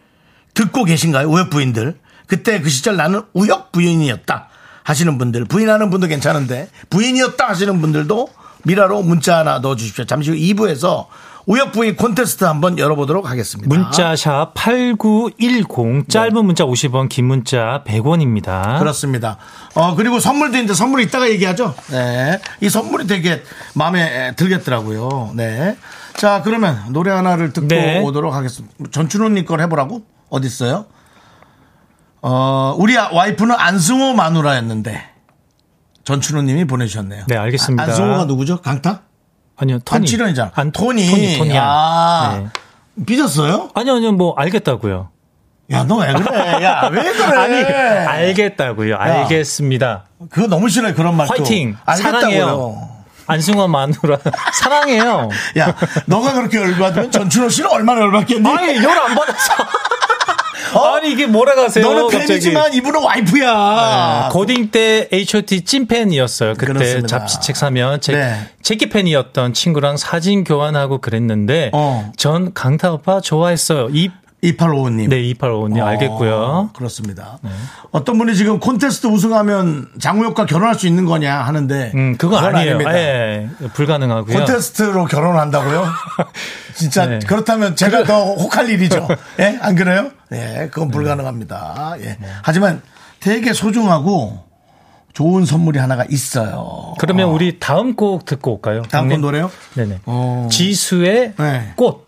Speaker 1: 듣고 계신가요? 우혁 부인들. 그때 그 시절 나는 우혁 부인이었다 하시는 분들, 부인하는 분도 괜찮은데 부인이었다 하시는 분들도 미라로 문자 하나 넣어 주십시오. 잠시 후 2부에서 우혁 부인 콘테스트 한번 열어보도록 하겠습니다.
Speaker 2: 문자샵 8910
Speaker 1: 네.
Speaker 2: 짧은 문자 50원 긴 문자 100원입니다.
Speaker 1: 그렇습니다. 어, 그리고 선물도 있는데 선물 이따가 얘기하죠. 네. 이 선물이 되게 마음에 들겠더라고요. 네. 자, 그러면 노래 하나를 듣고
Speaker 2: 네.
Speaker 1: 오도록 하겠습니다. 전춘호님 걸 해보라고? 어딨어요? 어, 우리 아- 와이프는 안승호 마누라였는데 전춘호님이 보내주셨네요.
Speaker 2: 네, 알겠습니다.
Speaker 1: 아, 안승호가 누구죠? 강타?
Speaker 2: 아니요, 토니.
Speaker 1: 안치련이잖아.
Speaker 2: 안-
Speaker 1: 토니.
Speaker 2: 토니, 토니야.
Speaker 1: 아.
Speaker 2: 네.
Speaker 1: 삐졌어요?
Speaker 2: 아니요, 아니요, 뭐, 알겠다고요.
Speaker 1: 야, 너 왜 그래? 야, 왜 그래?
Speaker 2: 아니, 알겠다고요. 알겠습니다.
Speaker 1: 그거 너무 싫어요, 그런 말투.
Speaker 2: 화이팅!
Speaker 1: 알겠다고요.
Speaker 2: 사랑해요. 안승환 마누라. 사랑해요.
Speaker 1: 야, 너가 그렇게 열받으면 전준호 씨는 얼마나 열받겠니?
Speaker 2: 아니, 열 안 받았어.
Speaker 1: 어?
Speaker 2: 아니, 이게 뭐라 가세요?
Speaker 1: 너는
Speaker 2: 갑자기. 아, 네,
Speaker 1: 팬이지만 이분은 와이프야.
Speaker 2: 고딩 때 HOT 찐팬이었어요. 그때
Speaker 1: 그렇습니다.
Speaker 2: 잡지책 사면 제,
Speaker 1: 네.
Speaker 2: 제끼 팬이었던 친구랑 사진 교환하고 그랬는데
Speaker 1: 어.
Speaker 2: 전 강타 오빠 좋아했어요. 이,
Speaker 1: 2855님.
Speaker 2: 네, 2855님
Speaker 1: 어.
Speaker 2: 알겠고요. 네.
Speaker 1: 그렇습니다. 어떤 분이 지금 콘테스트 우승하면 장우혁과 결혼할 수 있는 거냐 하는데.
Speaker 2: 음, 그거
Speaker 1: 그건
Speaker 2: 아니에요.
Speaker 1: 아닙니다.
Speaker 2: 예, 예, 불가능하고요.
Speaker 1: 콘테스트로 결혼한다고요? 진짜
Speaker 2: 네.
Speaker 1: 그렇다면 제가 더 혹할 일이죠. 예? 안 그래요? 예,
Speaker 2: 네.
Speaker 1: 그건 불가능합니다. 예. 하지만 되게 소중하고 좋은 선물이 하나가 있어요.
Speaker 2: 그러면 우리 다음 곡 듣고 올까요?
Speaker 1: 아. 다음 건
Speaker 2: 형님?
Speaker 1: 노래요?
Speaker 2: 네네.
Speaker 1: 어.
Speaker 2: 지수의
Speaker 1: 네.
Speaker 2: 꽃.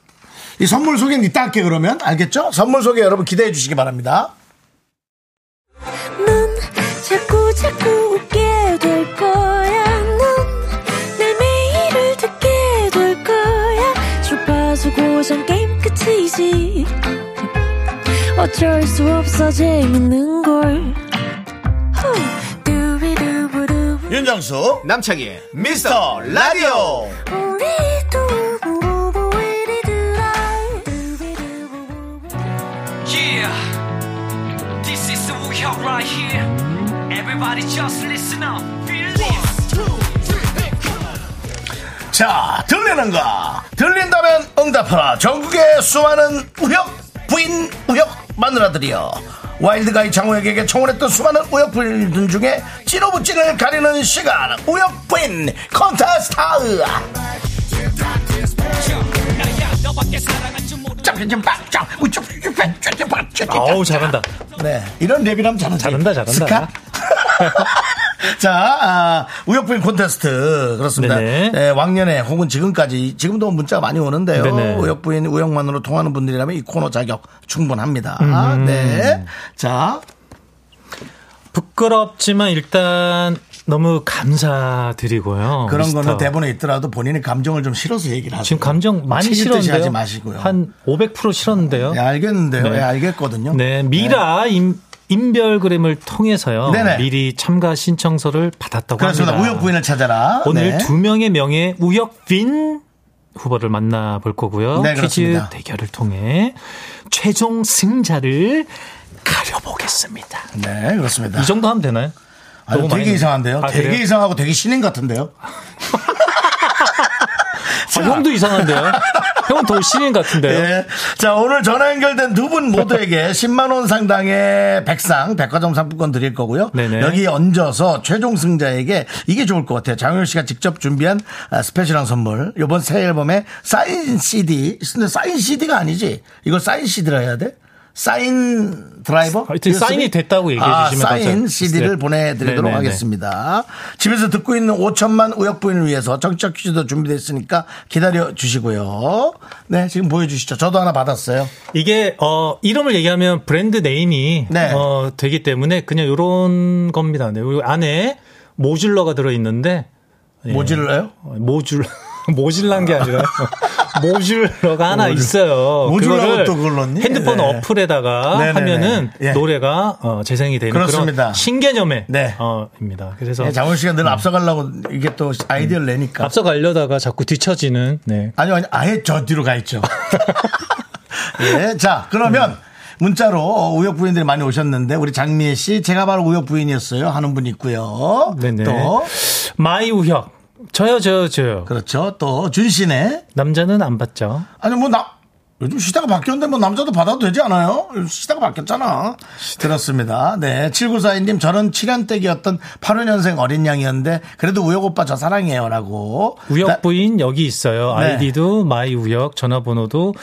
Speaker 1: 이 선물 소개는 이따 할게 그러면 알겠죠? 선물 소개 여러분 기대해 주시기 바랍니다.
Speaker 5: 넌 자꾸 자꾸 웃게 될 거야. 넌내 매일을 듣게 될 거야. 주파수 고정 게임 끝이지. 어쩔 수 없어 재밌는 걸. 후. 두비두부두.
Speaker 1: 윤정수
Speaker 3: 남창희의
Speaker 1: 미스터 라디오
Speaker 5: 우리 두부부부 우리 두라. 두비두부부부.
Speaker 6: Yeah, this is Woo Hyuk right here. Everybody just listen up. Feel this.
Speaker 1: 자 들리는가 들린다면 응답하라 전국의 수많은 우혁 부인 우혁 마누라들이여 와일드가이 장호혁에게 청혼했던 수많은 우혁 부인들 중에 찐오부찐을 가리는 시간 우혁 부인 컨테스트
Speaker 2: 어우, 잘한다.
Speaker 1: 네 이런 랩이라면 잘하지 네.
Speaker 2: 잘한다, 잘한다.
Speaker 1: 스카? 자, 아, 우여곡절 콘테스트. 그렇습니다.
Speaker 2: 네네.
Speaker 1: 예, 왕년에 혹은 지금까지, 지금도 문자가 많이 오는데요.
Speaker 2: 네네.
Speaker 1: 우역부인 우역만으로 통하는 분들이라면 이 코너 자격 충분합니다.
Speaker 2: 음.
Speaker 1: 네. 자,
Speaker 2: 부끄럽지만 일단 너무 감사드리고요.
Speaker 1: 그런
Speaker 2: 미스터.
Speaker 1: 거는 대본에 있더라도 본인의 감정을 좀 실어서 얘기를 하세요.
Speaker 2: 지금 감정 많이
Speaker 1: 책일 듯이
Speaker 2: 실었는데요.
Speaker 1: 하지 마시고요.
Speaker 2: 한 500% 실었는데요.
Speaker 1: 예, 알겠는데요.
Speaker 2: 네.
Speaker 1: 예, 알겠거든요.
Speaker 2: 네, 미라 임, 인별그램을 통해서요.
Speaker 1: 네네.
Speaker 2: 미리 참가 신청서를 받았다고
Speaker 1: 그렇습니다.
Speaker 2: 합니다.
Speaker 1: 우역부인을 찾아라.
Speaker 2: 오늘
Speaker 1: 네.
Speaker 2: 두 명의 명예 우혁빈 후보를 만나볼 거고요.
Speaker 1: 네,
Speaker 2: 퀴즈
Speaker 1: 그렇습니다.
Speaker 2: 대결을 통해 최종 승자를 가려보겠습니다.
Speaker 1: 네, 그렇습니다.
Speaker 2: 이 정도 하면 되나요?
Speaker 1: 아니,
Speaker 2: 너무
Speaker 1: 되게
Speaker 2: 많이
Speaker 1: 이상한데요.
Speaker 2: 아,
Speaker 1: 되게
Speaker 2: 그래요?
Speaker 1: 이상하고 되게 신인 같은데요.
Speaker 2: 아, 형도 이상한데요. 형은 더 신인 같은데요.
Speaker 1: 예. 자, 오늘 전화 연결된 두 분 모두에게 10만원 상당의 백상, 백화점 상품권 드릴 거고요.
Speaker 2: 네네.
Speaker 1: 여기 얹어서 최종 승자에게 이게 좋을 것 같아요. 장효 씨가 직접 준비한 아, 스페셜한 선물. 요번 새 앨범에 사인 CD. 근데 사인 CD가 아니지. 이거 사인 CD라 해야 돼? 사인 드라이버?
Speaker 2: 하여튼 사인이 됐다고 얘기해
Speaker 1: 아,
Speaker 2: 주시면
Speaker 1: 사인
Speaker 2: 감사하겠습니다.
Speaker 1: CD를
Speaker 2: 네.
Speaker 1: 보내드리도록
Speaker 2: 네네네.
Speaker 1: 하겠습니다. 집에서 듣고 있는 5천만 우역부인을 위해서 정치적 퀴즈도 준비되어 있으니까 기다려 주시고요. 네, 지금 보여주시죠. 저도 하나 받았어요.
Speaker 2: 이게 어 이름을 얘기하면 브랜드 네임이
Speaker 1: 네.
Speaker 2: 어 되기 때문에 그냥 요런 겁니다. 네. 요 안에 모듈러가 들어 있는데 예.
Speaker 1: 모질러요?
Speaker 2: 어, 모듈 모질란 게 아니라 모듈러가 하나 있어요.
Speaker 1: 모듈러가
Speaker 2: 그거를
Speaker 1: 또 그걸 넣니?
Speaker 2: 핸드폰
Speaker 1: 네.
Speaker 2: 어플에다가
Speaker 1: 네네네.
Speaker 2: 하면은
Speaker 1: 예.
Speaker 2: 노래가 어 재생이 되는
Speaker 1: 그렇습니다.
Speaker 2: 그런 신개념의
Speaker 1: 네.
Speaker 2: 어 입니다. 그래서
Speaker 1: 네, 장훈 씨가 늘 앞서가려고 이게 또 아이디어를 내니까.
Speaker 2: 앞서 가려다가 자꾸 뒤처지는 네.
Speaker 1: 아니요, 아니, 아예 저 뒤로 가 있죠. 예, 자, 그러면
Speaker 2: 음.
Speaker 1: 문자로 어, 우역부인들이 많이 오셨는데 우리 장미애 씨, 제가 바로 우역부인이었어요 하는 분이 있고요.
Speaker 2: 네네.
Speaker 1: 또,
Speaker 2: 마이 우혁. 저요, 저요, 저요.
Speaker 1: 그렇죠. 또, 준씨네.
Speaker 2: 남자는 안 봤죠.
Speaker 1: 아니 뭐 나 요즘 시대가 바뀌었는데 뭐 남자도 받아도 되지 않아요? 시대가 바뀌었잖아. 그렇습니다. 네. 7942님 저는 7년대기였던 8년생 어린 양이었는데 그래도 우혁 오빠 저 사랑해요 라고.
Speaker 2: 우혁 부인 여기 있어요.
Speaker 1: 네.
Speaker 2: 아이디도 마이 우혁, 전화번호도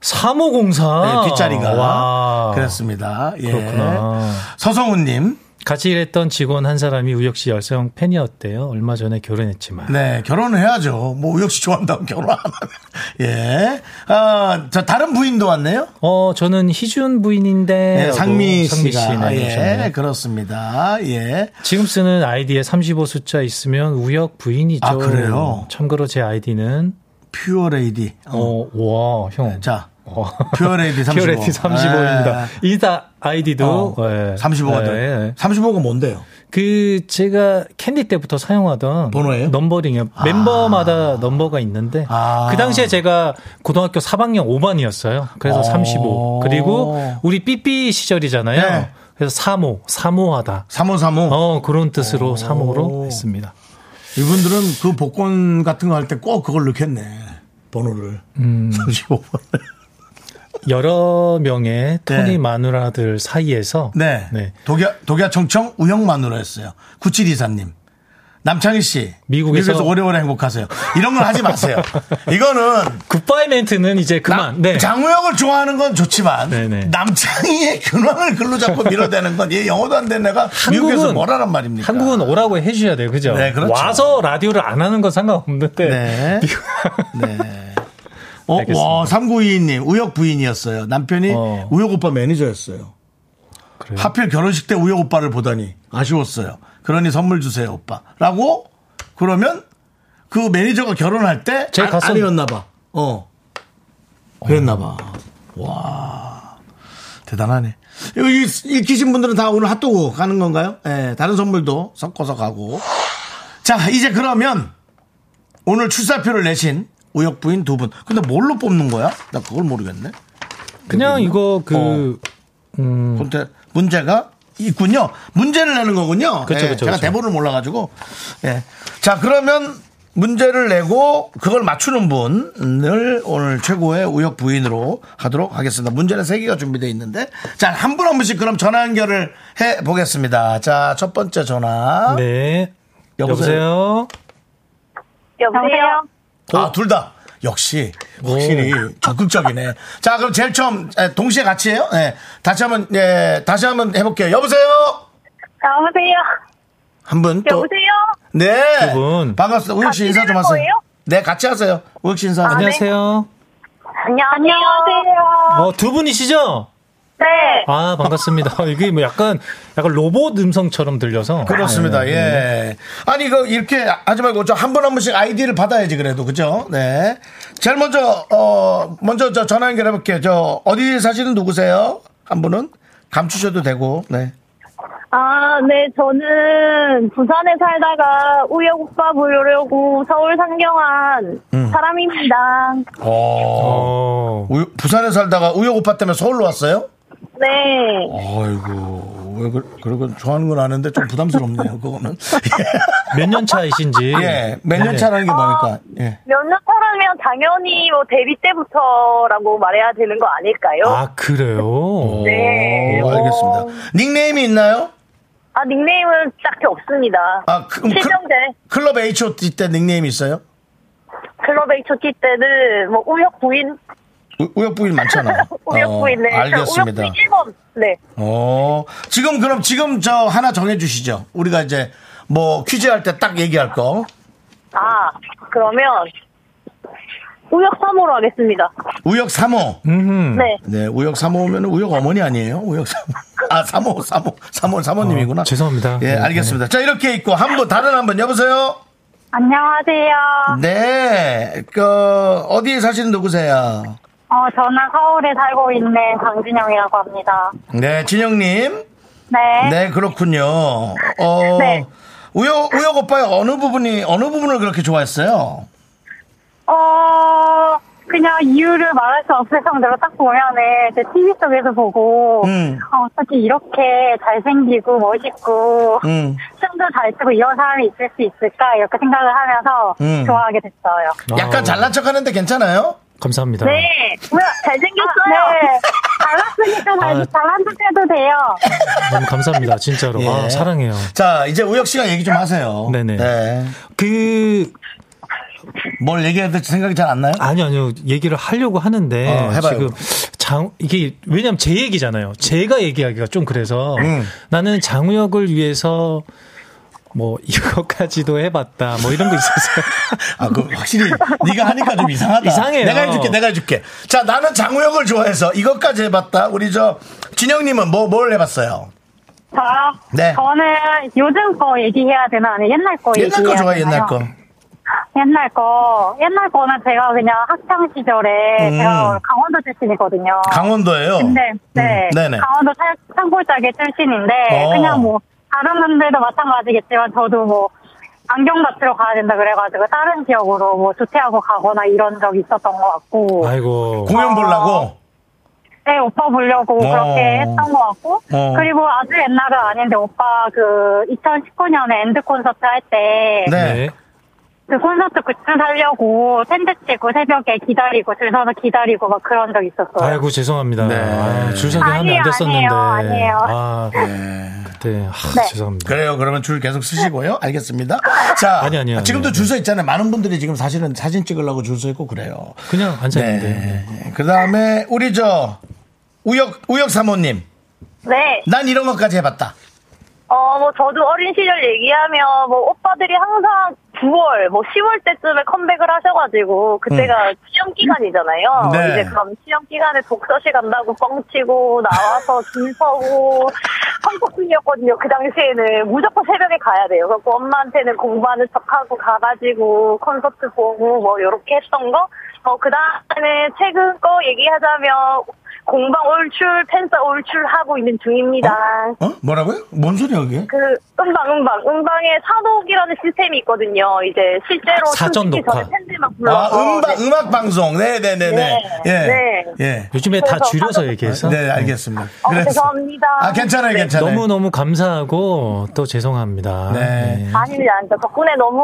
Speaker 2: 3504.
Speaker 1: 네, 뒷자리가.
Speaker 2: 와.
Speaker 1: 그렇습니다. 예.
Speaker 2: 그렇구나.
Speaker 1: 서성훈님.
Speaker 2: 같이 일했던 직원 한 사람이 우혁 씨 열성 팬이었대요. 얼마 전에 결혼했지만.
Speaker 1: 네, 결혼을 해야죠. 뭐, 우혁 씨 좋아한다고 결혼 안 하면. 예. 아, 자, 다른 부인도 왔네요.
Speaker 2: 어, 저는 희준 부인인데.
Speaker 1: 네,
Speaker 2: 라고
Speaker 1: 상미
Speaker 2: 상미
Speaker 1: 씨가.
Speaker 2: 씨
Speaker 1: 예,
Speaker 2: 나오셨네요.
Speaker 1: 그렇습니다. 예.
Speaker 2: 지금 쓰는 아이디에 35 숫자 있으면 우혁 부인이죠.
Speaker 1: 아, 그래요?
Speaker 2: 참고로 제 아이디는
Speaker 1: 퓨어레이디. 어,
Speaker 2: 어, 와, 형.
Speaker 1: 자.
Speaker 2: 어.
Speaker 1: 퓨어레이디 35.
Speaker 2: 퓨어레티 35입니다.
Speaker 1: 예.
Speaker 2: 이다 아이디도
Speaker 1: 어.
Speaker 2: 예.
Speaker 1: 35가
Speaker 2: 예,
Speaker 1: 돼요.
Speaker 2: 예.
Speaker 1: 35가 뭔데요?
Speaker 2: 그 제가 캔디 때부터 사용하던
Speaker 1: 번호예요?
Speaker 2: 넘버링이요. 멤버마다 넘버가 있는데
Speaker 1: 아.
Speaker 2: 그 당시에 제가 고등학교 3학년 5반이었어요. 그래서
Speaker 1: 어.
Speaker 2: 35. 그리고 우리 삐삐 시절이잖아요.
Speaker 1: 네.
Speaker 2: 그래서 35, 사모하다.
Speaker 1: 3535.
Speaker 2: 어, 그런 뜻으로 35로 했습니다.
Speaker 1: 이분들은 그 복권 같은 거 할 때 꼭 그걸 넣겠네. 번호를.
Speaker 2: 음.
Speaker 1: 35번.
Speaker 2: 여러 명의 토니
Speaker 1: 네.
Speaker 2: 마누라들 사이에서
Speaker 1: 네. 독야, 독야청청 우영만으로 했어요. 9724님. 남창희 씨.
Speaker 2: 미국에서-
Speaker 1: 미국에서 오래오래 행복하세요. 이런 걸 하지 마세요. 이거는
Speaker 2: 굿바이 멘트는 이제 그만. 네.
Speaker 1: 장우혁을 좋아하는 건 좋지만
Speaker 2: 네네.
Speaker 1: 남창희의 근황을 글로 잡고 밀어대는 건 얘 영어도 안 된 내가 미국에서 뭐라란 말입니까?
Speaker 2: 한국은 오라고 해주셔야 돼요, 그죠?
Speaker 1: 네, 그렇죠.
Speaker 2: 와서 라디오를 안 하는 건 상관없는데.
Speaker 1: 네. 어,
Speaker 2: 알겠습니다.
Speaker 1: 와, 3922님, 우혁 부인이었어요. 남편이
Speaker 2: 어.
Speaker 1: 우혁 오빠 매니저였어요.
Speaker 2: 그래요?
Speaker 1: 하필 결혼식 때 우혁 오빠를 보다니 아쉬웠어요. 그러니 선물 주세요, 오빠. 라고 그러면 그 매니저가 결혼할 때
Speaker 2: 제가
Speaker 1: 아,
Speaker 2: 갔었-
Speaker 1: 아니었나 봐. 어.
Speaker 2: 어.
Speaker 1: 그랬나 봐. 와. 대단하네. 이거 읽- 읽히신 분들은 다 오늘 핫도그 가는 건가요? 예, 다른 선물도 섞어서 가고. 자, 이제 그러면 오늘 출사표를 내신 우혁 부인 두 분. 근데 뭘로 뽑는 거야? 나 그걸 모르겠네.
Speaker 2: 그냥 이거
Speaker 1: 어.
Speaker 2: 그
Speaker 1: 근데 음. 문제가 있군요. 문제를 내는 거군요.
Speaker 2: 그쵸,
Speaker 1: 예,
Speaker 2: 그쵸,
Speaker 1: 제가
Speaker 2: 그쵸.
Speaker 1: 대본을 몰라가지고. 예. 자, 그러면 문제를 내고 그걸 맞추는 분을 오늘 최고의 우역 부인으로 하도록 하겠습니다. 문제는 세 개가 준비되어 있는데. 자, 한 분 한 분씩 그럼 전화 연결을 해 보겠습니다. 자, 첫 번째 전화.
Speaker 2: 네.
Speaker 1: 여보세요?
Speaker 2: 여보세요?
Speaker 7: 여보세요?
Speaker 1: 아, 둘 다. 역시 확실히 적극적이네. 자, 그럼 제일 처음 예, 동시에 같이 해요. 예. 다시 한번 예, 다시 한번 해볼게요. 여보세요.
Speaker 7: 여보세요?
Speaker 1: 한 분 또.
Speaker 7: 여보세요?
Speaker 1: 네.
Speaker 2: 두 분.
Speaker 1: 반갑습니다. 우혁 씨
Speaker 7: 아, 같이
Speaker 1: 인사 좀
Speaker 7: 하는
Speaker 1: 하세요.
Speaker 7: 거예요? 아, 네.
Speaker 1: 네, 같이 하세요. 우혁 씨 인사. 하세요.
Speaker 2: 안녕하세요.
Speaker 7: 안녕하세요.
Speaker 1: 아.
Speaker 2: 어, 두 분이시죠?
Speaker 7: 네.
Speaker 2: 아, 반갑습니다. 이게 뭐 약간, 약간 로봇 음성처럼 들려서.
Speaker 1: 그렇습니다.
Speaker 2: 네.
Speaker 1: 예. 아니 이거 이렇게 하지 말고 저 한 분 한 분씩 아이디를 받아야지 그래도 그죠? 네. 제일 먼저 어 먼저 저 전화 연결해 볼게요. 저 어디 사시는 누구세요? 한 분은 감추셔도 되고. 네.
Speaker 7: 아, 네. 저는 부산에 살다가 우혁 오빠 보려고 서울 상경한
Speaker 1: 음.
Speaker 7: 사람입니다.
Speaker 1: 어.
Speaker 2: 어,
Speaker 1: 우- 부산에 살다가 우혁 오빠 때문에 서울로 왔어요?
Speaker 7: 네.
Speaker 1: 아이고. 왜 그, 그러고 좋아하는 건 아는데 좀 부담스럽네요. 그거는.
Speaker 2: 몇 년 차이신지.
Speaker 1: 예. 몇 년
Speaker 2: 네.
Speaker 1: 차라는 게
Speaker 7: 아,
Speaker 1: 뭡니까? 예.
Speaker 7: 몇 년 차라면 당연히 뭐 데뷔 때부터라고 말해야 되는 거 아닐까요?
Speaker 2: 아, 그래요?
Speaker 1: 어.
Speaker 7: 네.
Speaker 1: 오,
Speaker 7: 어,
Speaker 1: 알겠습니다. 닉네임이 있나요?
Speaker 7: 아, 닉네임은 딱히 없습니다.
Speaker 1: 아, 그, 럼
Speaker 7: 실명제.
Speaker 1: 클럽 H.O.T 때 닉네임 있어요?
Speaker 7: 클럽 H.O.T 때는 뭐 우혁 부인,
Speaker 1: 우- 우역부인 많잖아.
Speaker 7: 우혁 부인, 네.
Speaker 1: 어, 알겠습니다.
Speaker 7: 우혁 부인 1번. 네.
Speaker 1: 어, 지금 그럼 지금 저 하나 정해주시죠. 우리가 이제 뭐 퀴즈 할 때 딱 얘기할 거.
Speaker 7: 아, 그러면 우혁 3호로 하겠습니다.
Speaker 1: 우역 3호.
Speaker 2: 음.
Speaker 7: 네.
Speaker 1: 네, 우역 3호면 우역 어머니 아니에요? 우역 3호. 아, 3호, 3호, 3호, 3호님이구나.
Speaker 2: 어, 죄송합니다.
Speaker 1: 예,
Speaker 2: 네,
Speaker 1: 알겠습니다. 자, 이렇게 있고, 한 분, 다른 한 분, 여보세요?
Speaker 7: 안녕하세요.
Speaker 1: 네, 그, 어디에 사시는 누구세요?
Speaker 7: 어, 저는 서울에 살고 있는 강진영이라고 합니다.
Speaker 1: 네, 진영님.
Speaker 7: 네.
Speaker 1: 네, 그렇군요. 어,
Speaker 7: 네.
Speaker 1: 우혁, 우혁 오빠의 어느 부분이, 어느 부분을 그렇게 좋아했어요? 네.
Speaker 7: 어, 그냥 이유를 말할 수 없을 정도로 딱 보면은 이제 TV 속에서 보고,
Speaker 1: 음.
Speaker 7: 어, 어떻게 이렇게 잘생기고 멋있고,
Speaker 1: 음.
Speaker 7: 춤도 잘 추고 이런 사람이 있을 수 있을까 이렇게 생각을 하면서
Speaker 1: 음.
Speaker 7: 좋아하게 됐어요.
Speaker 1: 약간
Speaker 2: 아,
Speaker 1: 잘난 척 하는데 괜찮아요?
Speaker 2: 감사합니다.
Speaker 7: 네. 뭐야, 잘생겼어요. 네. 잘났으니까 잘,
Speaker 2: 아.
Speaker 7: 잘난 척 해도 돼요.
Speaker 2: 너무 감사합니다. 진짜로.
Speaker 1: 예.
Speaker 2: 아, 사랑해요.
Speaker 1: 자, 이제 우혁 씨가 얘기 좀 하세요.
Speaker 2: 네네.
Speaker 1: 네.
Speaker 2: 그,
Speaker 1: 뭘 얘기해야 될지 생각이 잘 안 나요?
Speaker 2: 아니요, 아니요. 얘기를 하려고 하는데
Speaker 1: 어, 해봐요.
Speaker 2: 지금 장 이게 왜냐면 제 얘기잖아요. 제가 얘기하기가 좀 그래서
Speaker 1: 음.
Speaker 2: 나는 장우혁을 위해서 뭐 이거까지도 해봤다. 뭐 이런 거 있었어요.
Speaker 1: 아, 그 확실히 네가 하니까 좀 이상하다.
Speaker 2: 이상해요.
Speaker 1: 내가 해줄게, 내가 해줄게. 자, 나는 장우혁을 좋아해서 이것까지 해봤다. 우리 저 진영님은 뭐 뭘 해봤어요?
Speaker 7: 저요?
Speaker 1: 네.
Speaker 7: 저는 요즘 거 얘기해야 되나? 아니, 옛날 거
Speaker 1: 옛날 거
Speaker 7: 얘기해야
Speaker 1: 좋아해,
Speaker 7: 되나요?
Speaker 1: 옛날 거.
Speaker 7: 옛날 거. 옛날 거는 제가 그냥 학창 시절에
Speaker 1: 음.
Speaker 7: 제가 강원도 출신이거든요.
Speaker 1: 강원도예요.
Speaker 7: 근데, 네.
Speaker 1: 음, 네네.
Speaker 7: 강원도 살- 산골짜기 출신인데,
Speaker 1: 어.
Speaker 7: 그냥 뭐, 다른 분들도 마찬가지겠지만, 저도 뭐, 안경 맞추러 가야 된다 그래가지고, 다른 지역으로 뭐, 조퇴하고 가거나 이런 적이 있었던 것 같고,
Speaker 2: 아이고.
Speaker 1: 공연 어,
Speaker 7: 어,
Speaker 1: 보려고.
Speaker 7: 네, 오빠 보려고
Speaker 1: 어.
Speaker 7: 그렇게 했던 것 같고,
Speaker 1: 어.
Speaker 7: 그리고 아주 옛날은 아닌데, 오빠 그, 2019년에 엔드 콘서트 할 때,
Speaker 1: 네.
Speaker 7: 그 콘서트 굿즈 사려고 텐트 치고 새벽에 기다리고 줄 서서 기다리고 막 그런 적 있었어요.
Speaker 2: 아이고 죄송합니다.
Speaker 1: 네.
Speaker 2: 아, 줄 서기 하면
Speaker 7: 아니에요,
Speaker 2: 안 됐었는데.
Speaker 7: 아니에요, 아니에요.
Speaker 2: 아,
Speaker 1: 네.
Speaker 2: 그때 아, 죄송합니다.
Speaker 1: 그래요. 그러면 줄 계속 쓰시고요. 알겠습니다. 자,
Speaker 2: 아니, 아니요,
Speaker 1: 지금도
Speaker 2: 아니요.
Speaker 1: 줄 서 있잖아요. 많은 분들이 지금 사실은 사진 찍으려고 줄 서 있고 그래요.
Speaker 2: 그냥 앉아 있는데. 요
Speaker 1: 그 다음에 우리 저 우혁 우혁 사모님,
Speaker 7: 네.
Speaker 1: 난 이런 것까지 해봤다.
Speaker 7: 어, 뭐, 저도 어린 시절 얘기하면, 뭐, 오빠들이 항상 9월, 뭐, 10월 때쯤에 컴백을 하셔가지고, 그때가 시험
Speaker 1: 음.
Speaker 7: 기간이잖아요.
Speaker 1: 네.
Speaker 7: 이제 그럼 시험 기간에 독서실 간다고 뻥치고, 나와서 줄 서고, 한국분이었거든요. 그 당시에는 무조건 새벽에 가야 돼요. 그래서 엄마한테는 공부하는 척하고 가가지고, 콘서트 보고, 뭐, 요렇게 했던 거. 어, 그 다음에 최근 거 얘기하자면, 공방 올출, 팬싸 올출 하고 있는 중입니다.
Speaker 1: 어? 뭐라고요? 뭔 소리야 이게?
Speaker 7: 그 음방 음방 음방에 사독이라는 시스템이 있거든요. 이제 실제로
Speaker 2: 사전
Speaker 7: 춤추기
Speaker 2: 녹화.
Speaker 7: 전에 팬들만
Speaker 1: 아,
Speaker 7: 불러서
Speaker 1: 음악
Speaker 7: 네.
Speaker 1: 음악 방송. 네, 네, 네, 네.
Speaker 7: 네.
Speaker 1: 예.
Speaker 7: 네.
Speaker 1: 예.
Speaker 2: 요즘에 다
Speaker 7: 그래서
Speaker 2: 줄여서
Speaker 7: 사전-
Speaker 2: 얘기해서 네,
Speaker 1: 네, 알겠습니다.
Speaker 7: 어,
Speaker 1: 그래서-
Speaker 7: 죄송합니다.
Speaker 1: 아, 괜찮아요, 괜찮아요.
Speaker 2: 너무 너무 감사하고 또 죄송합니다.
Speaker 1: 네.
Speaker 7: 아니 안 덕분에 너무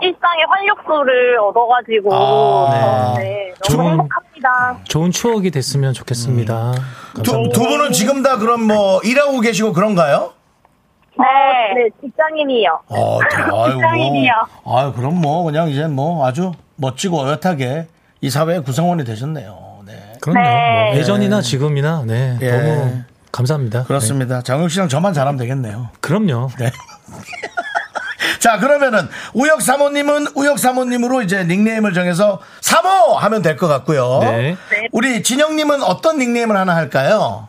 Speaker 7: 일상의 활력소를 얻어가지고
Speaker 1: 아,
Speaker 7: 네.
Speaker 1: 네.
Speaker 7: 너무
Speaker 2: 좋은-
Speaker 7: 행복합니다.
Speaker 2: 좋은 추억이 됐으면 좋겠습니다.
Speaker 1: 두,
Speaker 2: 감사합니다.
Speaker 1: 두 분은 지금 다 그럼 뭐 일하고 계시고 그런가요?
Speaker 7: 네, 네 직장인이요.
Speaker 1: 어, 대- 아이고.
Speaker 7: 직장인이요.
Speaker 1: 아유, 그럼 뭐 그냥 이제 뭐 아주 멋지고 어엿하게 이 사회의 구성원이 되셨네요. 네.
Speaker 2: 그럼요.
Speaker 7: 네.
Speaker 2: 뭐 예전이나 지금이나 네
Speaker 1: 예.
Speaker 2: 너무 감사합니다.
Speaker 1: 그렇습니다. 장혁 씨랑 저만 잘하면 되겠네요.
Speaker 2: 네. 그럼요.
Speaker 1: 네. 자, 그러면은 우혁 사모님은 우혁 사모님으로 이제 닉네임을 정해서 사모 하면 될 것 같고요.
Speaker 2: 네.
Speaker 1: 우리 진영님은 어떤 닉네임을 하나 할까요?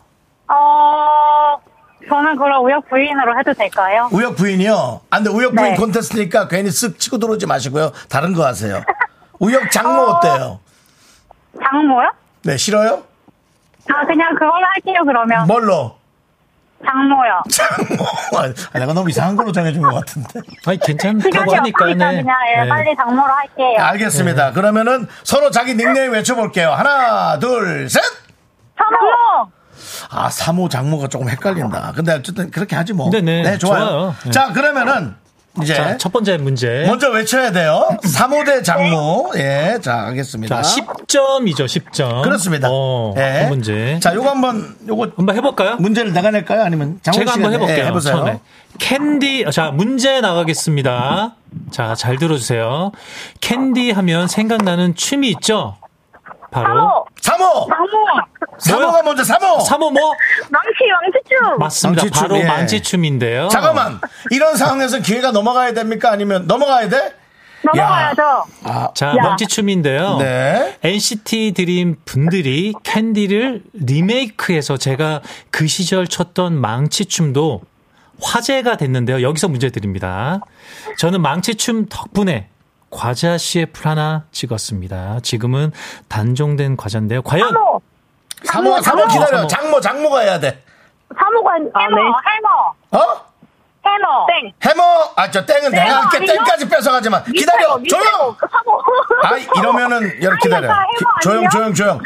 Speaker 7: 어, 저는 그럼 우혁 부인으로 해도 될까요?
Speaker 1: 우혁 부인이요. 안 돼, 우혁 부인
Speaker 7: 네.
Speaker 1: 콘테스트니까 괜히 쓱 치고 들어오지 마시고요. 다른 거 하세요. 우혁 장모 어때요?
Speaker 7: 장모요?
Speaker 1: 네, 싫어요?
Speaker 7: 아, 그냥 그걸로 할게요, 그러면.
Speaker 1: 뭘로?
Speaker 7: 장모요.
Speaker 1: 장모. 아, 내가 너무 이상한 걸로 정해준 것 같은데.
Speaker 2: 아니
Speaker 7: 시간이
Speaker 2: 괜찮다고 하니까
Speaker 7: 없으니까
Speaker 2: 네.
Speaker 7: 그렇죠. 그냥 예,
Speaker 2: 네.
Speaker 7: 빨리 장모로 할게요.
Speaker 1: 아, 알겠습니다. 그러면은 서로 자기 닉네임 외쳐볼게요. 하나, 둘, 셋!
Speaker 2: 어?
Speaker 7: 장모!
Speaker 1: 아, 사모 장모가 조금 헷갈린다. 근데 어쨌든 그렇게 하지 뭐.
Speaker 2: 네네,
Speaker 1: 좋아요.
Speaker 2: 좋아요. 네.
Speaker 1: 자, 그러면은 이제
Speaker 2: 자, 첫 번째 문제.
Speaker 1: 네. 먼저 외쳐야 돼요. 사모 대 장모. 예, 자,
Speaker 2: 자,
Speaker 1: 알겠습니다.
Speaker 2: 10점이죠, 10점.
Speaker 1: 그렇습니다.
Speaker 2: 어,
Speaker 1: 예.
Speaker 2: 한 문제.
Speaker 1: 자, 요거 한번 요거
Speaker 2: 한번 해볼까요?
Speaker 1: 문제를 내가 낼까요? 아니면 장모
Speaker 2: 제가
Speaker 1: 씨가
Speaker 2: 한번
Speaker 1: 내-
Speaker 2: 해볼게요.
Speaker 1: 예, 해보세요.
Speaker 2: 처음에. 캔디, 자, 문제 나가겠습니다. 자, 잘 들어주세요. 캔디 하면 생각나는 춤이 있죠? 바로.
Speaker 7: 사모!
Speaker 1: 사모!
Speaker 7: 장모!
Speaker 1: 사모가 먼저 사모!
Speaker 2: 사모 뭐?
Speaker 7: 망치, 망치춤!
Speaker 2: 아, 맞습니다.
Speaker 1: 망치춤,
Speaker 2: 바로
Speaker 1: 예.
Speaker 2: 망치춤인데요.
Speaker 7: 어.
Speaker 1: 잠깐만. 이런 상황에서 기회가 넘어가야 됩니까? 아니면 넘어가야 돼?
Speaker 7: 넘어가야죠.
Speaker 2: 자,
Speaker 7: 야.
Speaker 2: 망치춤인데요.
Speaker 1: 네.
Speaker 2: NCT 드림 분들이 캔디를 리메이크해서 제가 그 시절 췄던 망치춤도 화제가 됐는데요. 여기서 문제 드립니다. 저는 망치춤 덕분에 과자 CF 하나 찍었습니다. 지금은 단종된 과자인데요. 과연
Speaker 7: 사모!
Speaker 1: 사모, 사모 기다려.
Speaker 2: 사모.
Speaker 1: 장모, 장모가 해야 돼.
Speaker 7: 사모관, 해머, 해머,
Speaker 1: 어?
Speaker 7: 해머. 땡.
Speaker 1: 해머 아 저 땡은
Speaker 7: 땡.
Speaker 1: 내가 할게
Speaker 7: 네, 아니요.
Speaker 1: 땡까지 뺏어가지 마 기다려 조용
Speaker 7: 사모.
Speaker 1: 아 이러면은 이렇게 기다려
Speaker 7: 아니, 나 해머
Speaker 1: 기-
Speaker 7: 아니에요?
Speaker 1: 조용 조용 조용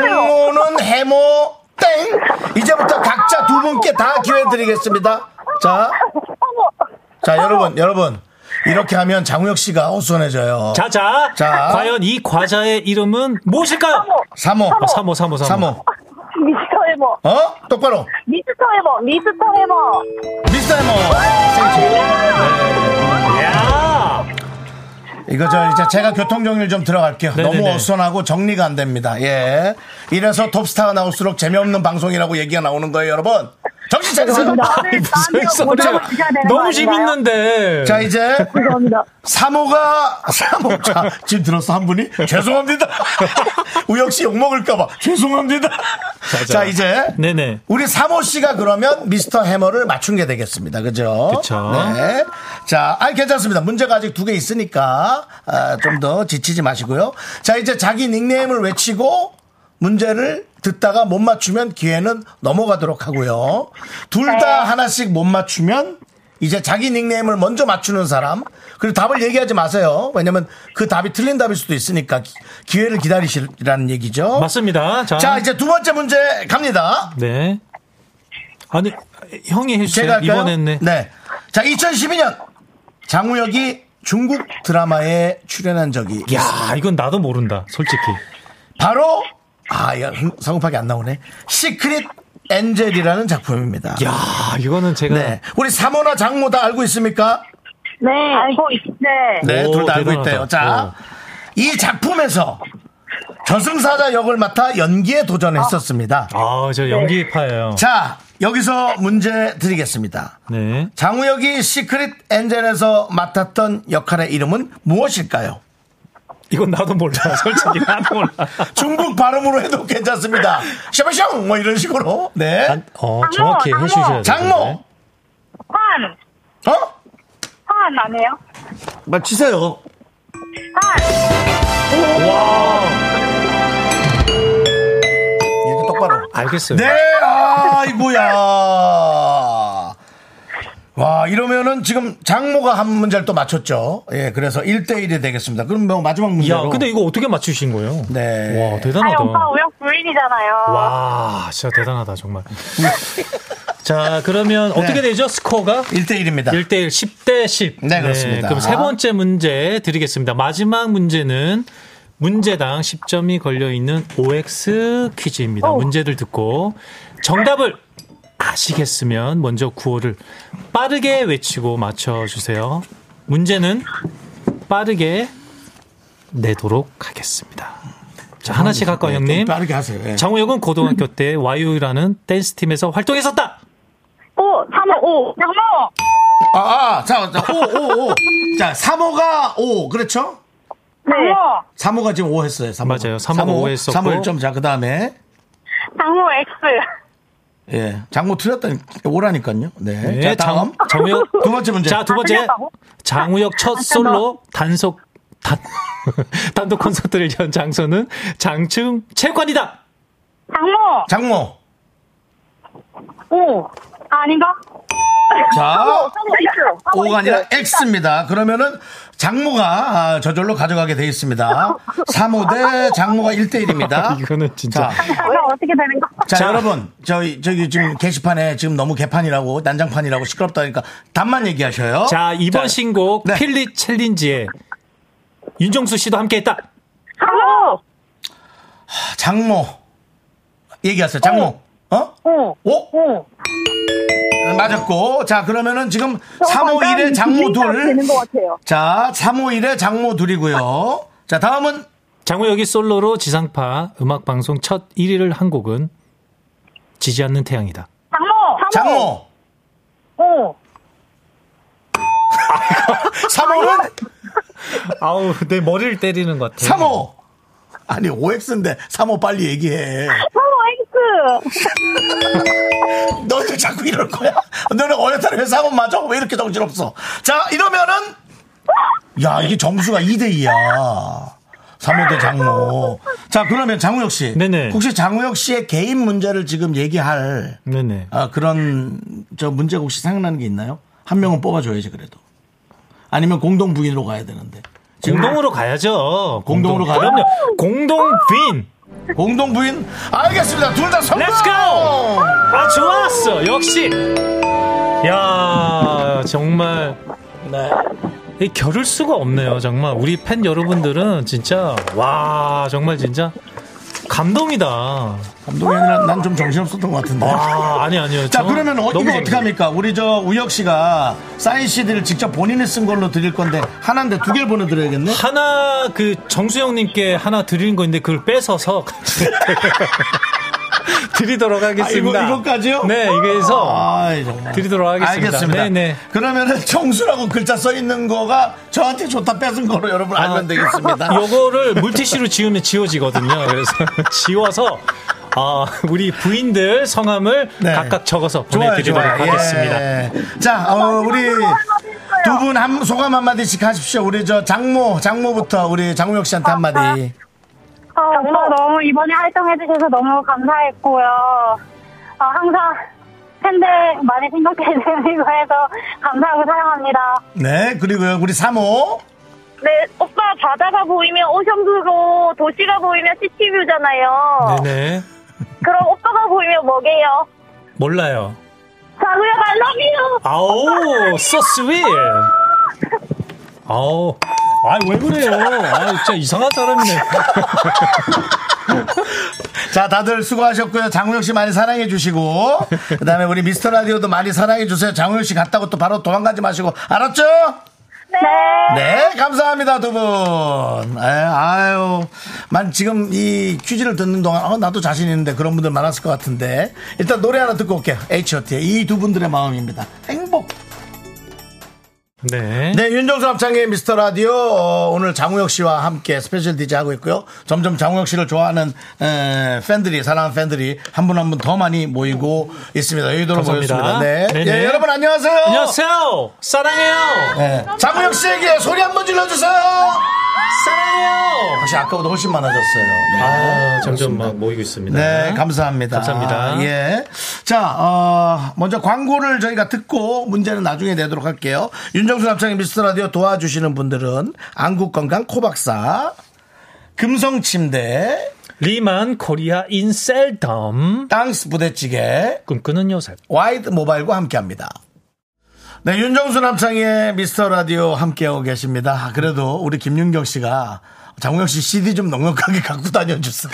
Speaker 1: 장모는 해머 땡 이제부터 각자 두 분께 다 기회 드리겠습니다 자
Speaker 7: 어.
Speaker 1: 자, 여러분 여러분 이렇게 하면 장우혁 씨가 어수선해져요
Speaker 2: 자자
Speaker 1: 자.
Speaker 2: 과연 이 과자의 이름은 무엇일까요?
Speaker 1: 사모
Speaker 2: 어, 사모 사모 사모.
Speaker 1: 사모
Speaker 7: 미스터 해머.
Speaker 1: 어 똑바로
Speaker 7: 미스터 해머. 미스터 해머.
Speaker 1: 미스터 해머
Speaker 2: 야!
Speaker 1: 네. 이거 저 이제 제가 교통 정리를 좀 들어갈게요.
Speaker 2: 네네네.
Speaker 1: 너무 어수선하고 정리가 안 됩니다. 예. 이래서 톱스타가 나올수록 재미없는 방송이라고 얘기가 나오는 거예요, 여러분. 정신 차리세요.
Speaker 7: 나를
Speaker 2: 무슨
Speaker 7: 나면
Speaker 2: 소리야.
Speaker 7: 모자를 주셔야 되는 거
Speaker 2: 너무
Speaker 7: 아닌가요? 네,
Speaker 2: 재밌는데.
Speaker 1: 자, 이제
Speaker 7: 죄송합니다.
Speaker 1: 사모가 사모 자, 지금 들었어 한 분이 죄송합니다. 우혁 씨욕 먹을까 봐. 죄송합니다. 자, 이제
Speaker 2: 네네.
Speaker 1: 우리 사모 씨가 그러면 미스터 해머를 맞춘 게 되겠습니다. 그죠?
Speaker 2: 그쵸.
Speaker 1: 네. 자, 아 괜찮습니다. 문제가 아직 두 개 있으니까 아, 좀 더 지치지 마시고요. 자, 이제 자기 닉네임을 외치고 문제를 듣다가 못 맞추면 기회는 넘어가도록 하고요. 둘 다 하나씩 못 맞추면 이제 자기 닉네임을 먼저 맞추는 사람 그리고 답을 얘기하지 마세요. 왜냐면 그 답이 틀린 답일 수도 있으니까 기- 기회를 기다리시라는 얘기죠.
Speaker 2: 맞습니다. 자.
Speaker 1: 자, 이제 두 번째 문제 갑니다.
Speaker 2: 네. 아니, 형이 해주세요.
Speaker 1: 제가 할까요?
Speaker 2: 이번엔 네.
Speaker 1: 자, 2012년 장우혁이 중국 드라마에 출연한 적이
Speaker 2: 야, 이건 나도 모른다. 솔직히.
Speaker 1: 바로 아, 야, 성급하게 안 나오네. 시크릿 엔젤이라는 작품입니다.
Speaker 2: 야, 이거는 제가
Speaker 1: 네. 우리 사모나 장모 다 알고 있습니까?
Speaker 7: 네. 알고 있네.
Speaker 1: 네,
Speaker 2: 오,
Speaker 1: 둘 다 알고
Speaker 2: 대단하다.
Speaker 1: 있대요. 자, 이 작품에서 저승사자 역을 맡아 연기에 도전했었습니다.
Speaker 2: 아, 저 연기파예요.
Speaker 1: 자, 여기서 문제 드리겠습니다.
Speaker 2: 네.
Speaker 1: 장우혁이 시크릿 엔젤에서 맡았던 역할의 이름은 무엇일까요?
Speaker 2: 이건 나도 몰라. 솔직히 나도 몰라.
Speaker 1: 중국 발음으로 해도 괜찮습니다. 샤바샹 뭐 이런 식으로. 네.
Speaker 2: 난- 어, 정확히
Speaker 7: 장모,
Speaker 2: 해주셔야 돼요. 네.
Speaker 1: 장모.
Speaker 7: 환.
Speaker 1: 어?
Speaker 7: 환 아니에요?
Speaker 1: 맞히세요.
Speaker 7: 환.
Speaker 1: 이렇게 똑바로.
Speaker 2: 알겠어요.
Speaker 1: 네. 아이고야. 와, 이러면은 지금 장모가 한 문제를 또 맞췄죠. 예, 그래서 1대1이 되겠습니다. 그럼 뭐 마지막
Speaker 2: 야,
Speaker 1: 문제로.
Speaker 2: 근데 이거 어떻게 맞추신 거예요?
Speaker 1: 네.
Speaker 2: 와,
Speaker 7: 아니,
Speaker 2: 대단하다.
Speaker 7: 오빠 우혁 부인이잖아요.
Speaker 2: 와, 진짜 대단하다, 정말. 자, 그러면 어떻게
Speaker 1: 네.
Speaker 2: 되죠? 스코어가?
Speaker 1: 1대1입니다.
Speaker 2: 1대1, 10대 10.
Speaker 1: 네, 그렇습니다.
Speaker 2: 그럼 세 번째 문제 드리겠습니다. 마지막 문제는 문제당 10점이 걸려있는 OX 퀴즈입니다. 문제들 듣고 정답을 아시겠으면 먼저 구호를 빠르게 외치고 맞춰주세요. 문제는 빠르게 내도록 하겠습니다. 자, 하나씩 할까요, 형님?
Speaker 1: 음, 네, 빠르게 하세요. 예.
Speaker 2: 장우혁은 고등학교 때 YO라는 댄스팀에서 활동했었다!
Speaker 7: 오, 사모, 오. 장모.
Speaker 1: 아, 아, 자, 자, 5, 5, 5. 자, 3호가 5, 그렇죠?
Speaker 7: 네.
Speaker 1: 3호가 지금 5 했어요. 3호.
Speaker 2: 맞아요. 삼호가 오 했었고.
Speaker 1: 3호 1점. 자, 그 다음에.
Speaker 7: 장모 X.
Speaker 1: 예. 장모 틀렸다니, 5라니까요. 네. 자, 다음.
Speaker 2: 장, 정우혁.
Speaker 1: 두 번째 문제.
Speaker 2: 자, 두 번째.
Speaker 7: 틀렸다고?
Speaker 2: 장우혁 첫
Speaker 1: 아,
Speaker 2: 솔로 단속, 단, 단독 콘서트를 연 장소는 장충 체육관이다!
Speaker 1: 어?
Speaker 7: 장모
Speaker 1: 장모.
Speaker 7: O. 아, 아닌가?
Speaker 1: 자,
Speaker 7: 장모 X.
Speaker 1: 5가 아? 아니라
Speaker 7: 네,
Speaker 1: X입니다. 그러면은 장모가 아, 저절로 가져가게 돼 있습니다. 3호 대 장모가 1대1입니다.
Speaker 2: 이거는 진짜.
Speaker 7: 장모 어떻게 되는 거?
Speaker 1: 자, 여러분 저희 저기 지금 게시판에 지금 너무 개판이라고 난장판이라고 시끄럽다니까 답만 얘기하셔요.
Speaker 2: 자, 이번
Speaker 1: 자,
Speaker 2: 신곡
Speaker 1: 네.
Speaker 2: 필리 챌린지에 윤정수 씨도 함께 했다.
Speaker 7: 장모.
Speaker 1: 장모 얘기하세요. 장모
Speaker 7: 네.
Speaker 1: 어?
Speaker 7: 오.
Speaker 1: 오
Speaker 7: 오.
Speaker 1: 맞았고 자 그러면은 지금 3호 1에 장모 둘.
Speaker 7: 되는 것 같아요.
Speaker 1: 자 3호 1에 장모 둘이고요. 자 다음은
Speaker 2: 장우혁이 솔로로 지상파 음악방송 첫 1위를 한 곡은 지지 않는 태양이다.
Speaker 7: 장모.
Speaker 1: 장모
Speaker 7: 오. 아,
Speaker 1: 3호는
Speaker 2: 아우, 내 머리를 때리는 것 같아.
Speaker 1: 3호 아니 5X인데 3호 빨리 얘기해.
Speaker 7: 장모 X.
Speaker 1: 너도 자꾸 이럴 거야. 너는 어렸다는 회사원 맞아? 왜 이렇게 정신없어? 자, 이러면은, 야, 이게 점수가 2대2야. 3호대 장모. 자, 그러면 장우혁 씨.
Speaker 2: 네네.
Speaker 1: 혹시 장우혁 씨의 개인 문제를 지금 얘기할
Speaker 2: 네네.
Speaker 1: 아, 그런 저 문제 혹시 생각나는 게 있나요? 한 명은 뽑아줘야지, 그래도. 아니면 공동 부인으로 가야 되는데.
Speaker 2: 공동으로 가야죠.
Speaker 1: 공동으로 가요?
Speaker 2: 그럼요. 공동 빈.
Speaker 1: 공동 부인? 알겠습니다. 둘 다 성공!
Speaker 2: Let's go! 아, 좋았어. 역시. 야, 정말
Speaker 1: 네.
Speaker 2: 이 겨룰 수가 없네요. 정말 우리 팬 여러분들은 진짜 와, 정말 진짜 감동이다. 아,
Speaker 1: 감독이 아니라 난 좀 정신없었던 것 같은데.
Speaker 2: 아니 아니요.
Speaker 1: 자
Speaker 2: 저
Speaker 1: 그러면 어, 이거
Speaker 2: 너무
Speaker 1: 어떻게
Speaker 2: 재밌어요.
Speaker 1: 합니까? 우리 저 우혁 씨가 사인 CD를 직접 본인이 쓴 걸로 드릴 건데 하나인데 두 개를 보내드려야겠네.
Speaker 2: 하나 그 정수영님께 하나 드리는 건데 그걸 뺏어서 같이 드리도록 하겠습니다.
Speaker 1: 아, 이거- 이거까지요?
Speaker 2: 네, 이거에서
Speaker 1: 아이, 정말.
Speaker 2: 드리도록 하겠습니다.
Speaker 1: 알겠습니다.
Speaker 2: 네네.
Speaker 1: 그러면은 청수라고 글자 써 있는 거가 저한테 좋다 뺏은 거로 여러분 알면 되겠습니다.
Speaker 2: 아, 요거를 물티슈로 지우면 지워지거든요. 그래서 지워서 아, 우리 부인들 성함을
Speaker 1: 네.
Speaker 2: 각각 적어서
Speaker 1: 좋아요,
Speaker 2: 보내드리도록
Speaker 1: 좋아요.
Speaker 2: 하겠습니다.
Speaker 1: 예. 자, 어, 우리 두 분 한 소감 한마디씩 하십시오. 우리 저 장모, 장모부터 우리 장우혁 씨한테 한마디.
Speaker 7: 어, 오빠 너무 이번에 활동해주셔서 너무 감사했고요. 어, 항상 팬들 많이 생각해주시고 해서 감사하고 사랑합니다.
Speaker 1: 네, 그리고요, 우리 삼호.
Speaker 7: 네, 오빠 바다가 보이면 오션뷰고 도시가 보이면 시티뷰잖아요.
Speaker 2: 네네.
Speaker 7: 그럼 오빠가 보이면 뭐게요?
Speaker 2: 몰라요.
Speaker 7: 자구야, I love you!
Speaker 2: 아오, so sweet. 아오. 아, 왜 그래요? 아, 진짜 이상한 사람이네.
Speaker 1: 자, 다들 수고하셨고요. 장우혁 씨 많이 사랑해 주시고, 그 다음에 우리 미스터 라디오도 많이 사랑해 주세요. 장우혁 씨 갔다고 또 바로 도망가지 마시고, 알았죠?
Speaker 7: 네.
Speaker 1: 네, 감사합니다, 두 분. 에, 아유, 만 지금 이 퀴즈를 듣는 동안, 어, 나도 자신 있는데 그런 분들 많았을 것 같은데, 일단 노래 하나 듣고 올게요. H.O.T.의 이 두 분들의 마음입니다. 행복.
Speaker 2: 네.
Speaker 1: 네, 윤정수 합창의 미스터 라디오 어, 오늘 장우혁 씨와 함께 스페셜 DJ 하고 있고요. 점점 장우혁 씨를 좋아하는 에, 팬들이 사랑하는 팬들이 한 분 한 분 더 많이 모이고 있습니다. 여의도로
Speaker 2: 감사합니다.
Speaker 1: 모였습니다. 네.
Speaker 2: 네네.
Speaker 1: 예, 여러분 안녕하세요.
Speaker 2: 안녕하세요. 사랑해요.
Speaker 1: 네, 장우혁 씨에게 소리 한 번 질러 주세요.
Speaker 2: 사랑해요.
Speaker 1: 다시 아까보다 훨씬 많아졌어요. 네.
Speaker 2: 아, 점점 막 모이고 있습니다.
Speaker 1: 네, 감사합니다.
Speaker 2: 감사합니다.
Speaker 1: 아, 예. 자, 어, 먼저 광고를 저희가 듣고 문제는 나중에 내도록 할게요. 윤정수 남창의 미스터 라디오 도와주시는 분들은 안국건강 코박사, 금성침대,
Speaker 2: 리만 코리아 인셀덤
Speaker 1: 땅스 부대찌개,
Speaker 2: 꿈꾸는 요새.
Speaker 1: 와이드 모바일과 함께 합니다. 네, 윤정수 남창의 미스터 라디오 함께하고 계십니다. 그래도 우리 김윤경 씨가 장우혁 씨 CD 좀 넉넉하게 갖고 다녀주세요.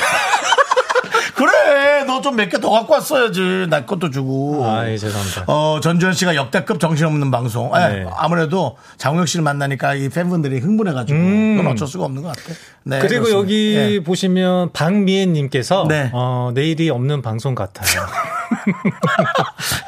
Speaker 1: 그래, 너 좀 몇 개 더 갖고 왔어야지. 나 것도 주고.
Speaker 2: 아, 예, 죄송합니다.
Speaker 1: 어, 전주현 씨가 역대급 정신없는 방송. 예,
Speaker 2: 네.
Speaker 1: 아무래도 장우혁 씨를 만나니까 이 팬분들이 흥분해가지고. 그건 어쩔 수가 없는 것 같아. 네.
Speaker 2: 음. 그리고
Speaker 1: 그렇습니다.
Speaker 2: 여기
Speaker 1: 예.
Speaker 2: 보시면 박미애님께서
Speaker 1: 네.
Speaker 2: 어, 내일이 없는 방송 같아요.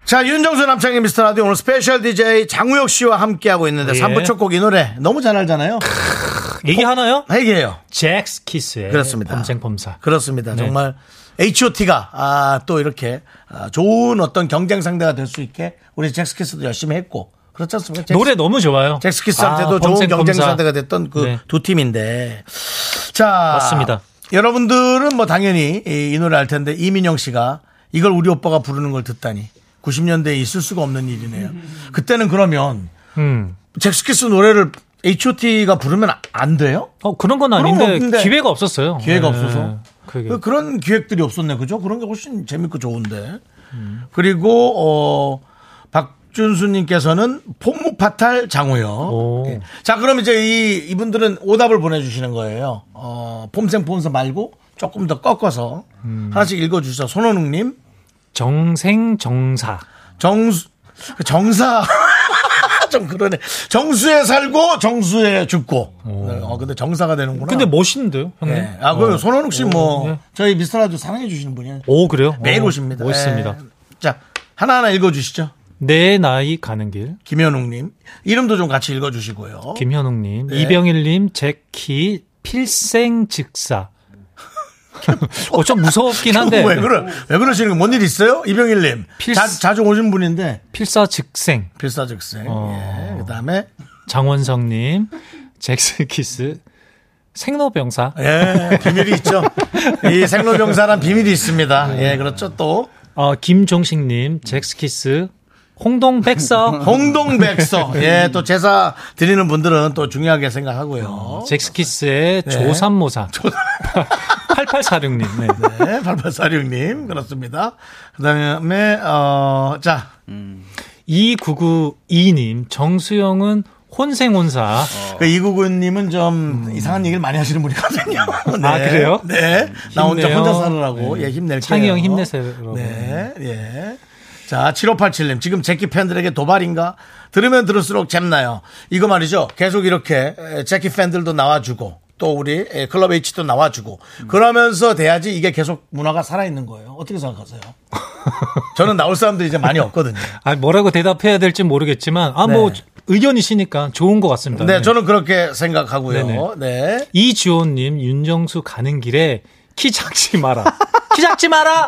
Speaker 1: 자, 윤정수 남창희 미스터 라디오 오늘 스페셜 DJ 장우혁 씨와 함께하고 있는데
Speaker 2: 예.
Speaker 1: 3부 첫 곡 이 노래 너무 잘 알잖아요. 아,
Speaker 2: 이게 하나요?
Speaker 1: 핵이에요.
Speaker 2: 잭스 키스의
Speaker 1: 그렇습니다.
Speaker 2: 범생범사
Speaker 1: 그렇습니다.
Speaker 2: 네.
Speaker 1: 정말 HOT가 아, 또 이렇게 아, 좋은 어떤 경쟁 상대가 될 수 있게 우리 잭스키스도 열심히 했고 그렇지 않습니까? 잭스-
Speaker 2: 노래 너무 좋아요.
Speaker 1: 잭스키스한테도
Speaker 2: 아,
Speaker 1: 좋은
Speaker 2: 범생,
Speaker 1: 경쟁
Speaker 2: 범사.
Speaker 1: 상대가 됐던 그 두
Speaker 2: 네.
Speaker 1: 팀인데 자
Speaker 2: 맞습니다.
Speaker 1: 여러분들은 뭐 당연히 이, 이 노래 알 텐데 이민영 씨가 이걸 우리 오빠가 부르는 걸 듣다니 90년대에 있을 수가 없는 일이네요. 그때는 그러면
Speaker 2: 음.
Speaker 1: 잭스키스 노래를 H.O.T가 부르면 안 돼요?
Speaker 2: 어 그런 건
Speaker 1: 그런 거
Speaker 2: 아닌데
Speaker 1: 없는데.
Speaker 2: 기회가 없었어요.
Speaker 1: 기회가
Speaker 2: 네.
Speaker 1: 없어서
Speaker 2: 그게.
Speaker 1: 그- 그런 기획들이 없었네 그죠 그런 게 훨씬 재밌고 좋은데
Speaker 2: 음.
Speaker 1: 그리고 어 박준수님께서는 폭무파탈 장우요
Speaker 2: 오.
Speaker 1: 예. 자 그럼 이제 이 이분들은 오답을 보내주시는 거예요 어 폼생폼사 말고 조금 더 꺾어서
Speaker 2: 음.
Speaker 1: 하나씩 읽어주셔 손원웅님
Speaker 2: 정생정사.
Speaker 1: 정수 정사 좀 그러네 정수에 살고 정수에 죽고 네, 어 근데 정사가 되는구나
Speaker 2: 근데 멋있는데요, 형님?
Speaker 1: 예. 아, 그 손원욱 씨 뭐
Speaker 2: 어. 예.
Speaker 1: 저희 미스터라도 사랑해 주시는 분이에요.
Speaker 2: 오 그래요?
Speaker 1: 매일
Speaker 2: 오,
Speaker 1: 오십니다.
Speaker 2: 멋있습니다.
Speaker 1: 예. 자, 하나하나 읽어 주시죠.
Speaker 2: 내 나이 가는 길.
Speaker 1: 김현웅 님. 이름도 좀 같이 읽어 주시고요.
Speaker 2: 김현웅님,
Speaker 1: 네.
Speaker 2: 이병일님, 제키 필생 즉사. 어 좀 무섭긴 한데
Speaker 1: 왜 그래? 왜 그러시는 거? 뭔일 있어요? 이병일 님.
Speaker 2: 필-
Speaker 1: 자, 자주 오신 분인데
Speaker 2: 필사 즉생
Speaker 1: 필사즉생.
Speaker 2: 어.
Speaker 1: 예. 그다음에
Speaker 2: 장원성님, 잭스키스 생로병사.
Speaker 1: 예, 비밀이 있죠. 이 생로병사란 비밀이 있습니다.
Speaker 2: 네.
Speaker 1: 예, 그렇죠. 또
Speaker 2: 어 김종식님, 잭스키스 홍동백서.
Speaker 1: 홍동백서. 예, 또 제사 드리는 분들은 또 중요하게 생각하고요.
Speaker 2: 잭스키스의 조삼모사. 8846님. 네.
Speaker 1: 네, 8846님. 그렇습니다. 그 다음에, 어, 자.
Speaker 2: 2992님, 정수영은 혼생혼사.
Speaker 1: 그 이구근님은 좀 이상한 얘기를 많이 하시는 분이거든요. 네.
Speaker 2: 음. 아, 그래요?
Speaker 1: 네. 나 혼자
Speaker 2: 힘내요.
Speaker 1: 혼자 살으라고.
Speaker 2: 네.
Speaker 1: 예, 힘낼게요.
Speaker 2: 창희 형 힘내세요, 여러분.
Speaker 1: 네. 예. 자, 7587님. 지금 제키 팬들에게 도발인가? 들으면 들을수록 잼나요. 이거 말이죠. 계속 이렇게 에, 제키 팬들도 나와주고 또 우리 에, 클럽 H도 나와주고
Speaker 2: 음.
Speaker 1: 그러면서 돼야지 이게 계속 문화가 살아있는 거예요. 어떻게 생각하세요? 저는 나올 사람들이 이제 많이 없거든요.
Speaker 2: 아, 뭐라고 대답해야 될지 모르겠지만, 아, 뭐,
Speaker 1: 네.
Speaker 2: 의견이시니까 좋은 것 같습니다.
Speaker 1: 네, 저는 그렇게 생각하고요. 네.
Speaker 2: 이지호님, 윤정수 가는 길에 키 작지 마라. 키 작지 마라!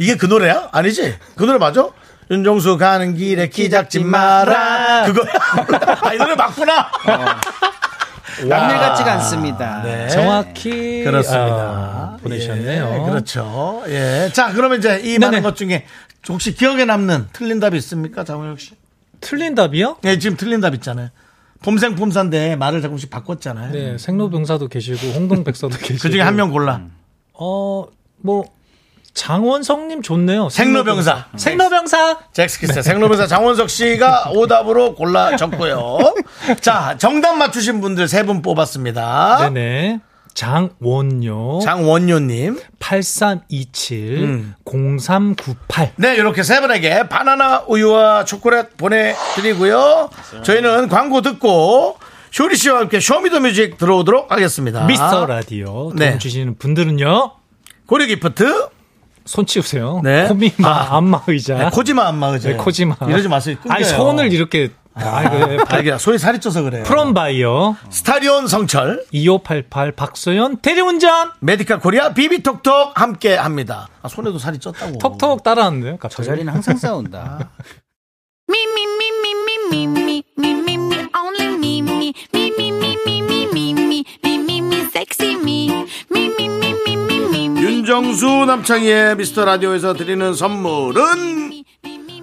Speaker 1: 이게 그 노래야? 아니지? 그 노래 맞아? 윤종수 가는 길에 키 작지 마라. 그거야? 아, 이 노래 맞구나.
Speaker 8: 남일 같지가
Speaker 3: 아,
Speaker 8: 않습니다.
Speaker 1: 네.
Speaker 2: 정확히.
Speaker 1: 그렇습니다.
Speaker 2: 아, 보내셨네요.
Speaker 1: 예, 그렇죠. 예. 자, 그러면 이제 이 많은 것 중에 혹시 기억에 남는 틀린 답이 있습니까? 장우혁 씨?
Speaker 2: 틀린 답이요?
Speaker 1: 예, 지금 틀린 답 있잖아요. 폼생 폼사인데 말을 조금씩 바꿨잖아요.
Speaker 2: 네, 생로병사도 계시고, 홍동백서도 계시고.
Speaker 1: 그 중에 한 명 골라.
Speaker 2: 어, 뭐, 장원성님 좋네요.
Speaker 1: 생로병사.
Speaker 2: 생로병사!
Speaker 1: 잭스키스 생로병사 장원석 씨가 오답으로 골라 적고요. 자, 정답 맞추신 분들 세 분 뽑았습니다.
Speaker 2: 네네. 장원요
Speaker 1: 아? 장원효님. 음.
Speaker 2: 8327 0398
Speaker 1: 네, 이렇게 세 분에게 바나나 우유와 초콜릿 보내드리고요. 저희는 광고 듣고 쇼리 씨와 함께 쇼미더뮤직 들어오도록 하겠습니다.
Speaker 2: 미스터 라디오 도움
Speaker 1: 아. 네.
Speaker 2: 주시는 분들은요
Speaker 1: 고려 기프트.
Speaker 2: 손 치우세요.
Speaker 1: 네.
Speaker 2: 코미마 안마 의자.
Speaker 1: 네, 코지마 안마 의자.
Speaker 2: 네, 코지마.
Speaker 1: 이러지 마세요. 끊겨요.
Speaker 2: 아니 손을 이렇게 아, 그래.
Speaker 1: 아, 이게 소리 살이 쪄서 그래요.
Speaker 2: 프롬바이어
Speaker 1: 스타리온 성철,
Speaker 2: 2588 박소연 대리운전
Speaker 1: 메디카 코리아 비비톡톡 함께 합니다. 아, 손에도 살이 쪘다고.
Speaker 2: 톡톡 따라하는데요.
Speaker 8: 저
Speaker 2: 갑자기
Speaker 8: 자리는 항상 싸운다.
Speaker 5: Me, me, me, me, me, me, me, me, me, me, only me, me, me, me, me, me, me, me, me, me, me, me, sexy me, me, me, me, me, me, me, me,
Speaker 1: 윤정수 남창희의 미스터 라디오에서 드리는 선물은
Speaker 5: me, me, me.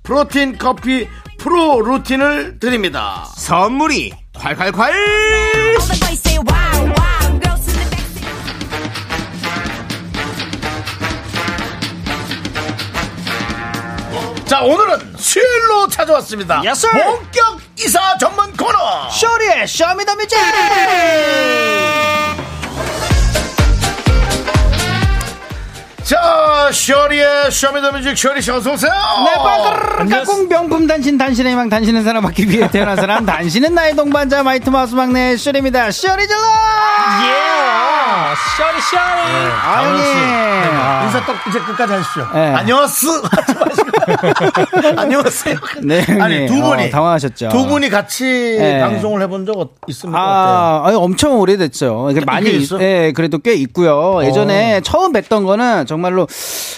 Speaker 1: 프로틴 커피 프로 루틴을 드립니다
Speaker 3: 선물이 콸콸콸!
Speaker 5: All the boys say wow, wow, girls in the back say
Speaker 1: 자 오늘은 수요일로 찾아왔습니다
Speaker 8: Yes, sir.
Speaker 1: 본격 이사 전문 코너
Speaker 8: 쇼리의 쇼미더뮤직.
Speaker 1: 자 쇼리의 쇼미더뮤직 쇼리 씨 어서 오세요
Speaker 8: 까꿍 명품 단신 단신의 희망 단신은 사람 받기 위해 태어난 사람 단신은 나의 동반자 마이트 마우스 막내 쇼리입니다 쇼리질러
Speaker 2: 아, 쇼리
Speaker 1: 네,
Speaker 2: 쇼리.
Speaker 8: 아니
Speaker 1: 인사 떡 이제 끝까지 하십시오.
Speaker 8: 네.
Speaker 1: 안녕하스. 하지 마시고. 안녕하세요.
Speaker 8: 네,
Speaker 1: 아니
Speaker 8: 형님.
Speaker 1: 두 분이
Speaker 8: 어, 당황하셨죠.
Speaker 1: 두 분이 같이
Speaker 8: 네.
Speaker 1: 방송을 해본 적 어- 있습니까? 어때요?
Speaker 8: 아, 아니, 엄청 오래됐죠. 이게 많이,
Speaker 1: 꽤
Speaker 8: 있-
Speaker 1: 있어?
Speaker 8: 예, 그래도 꽤
Speaker 2: 어.
Speaker 8: 있고요. 예전에 처음 뵀던 거는 정말로,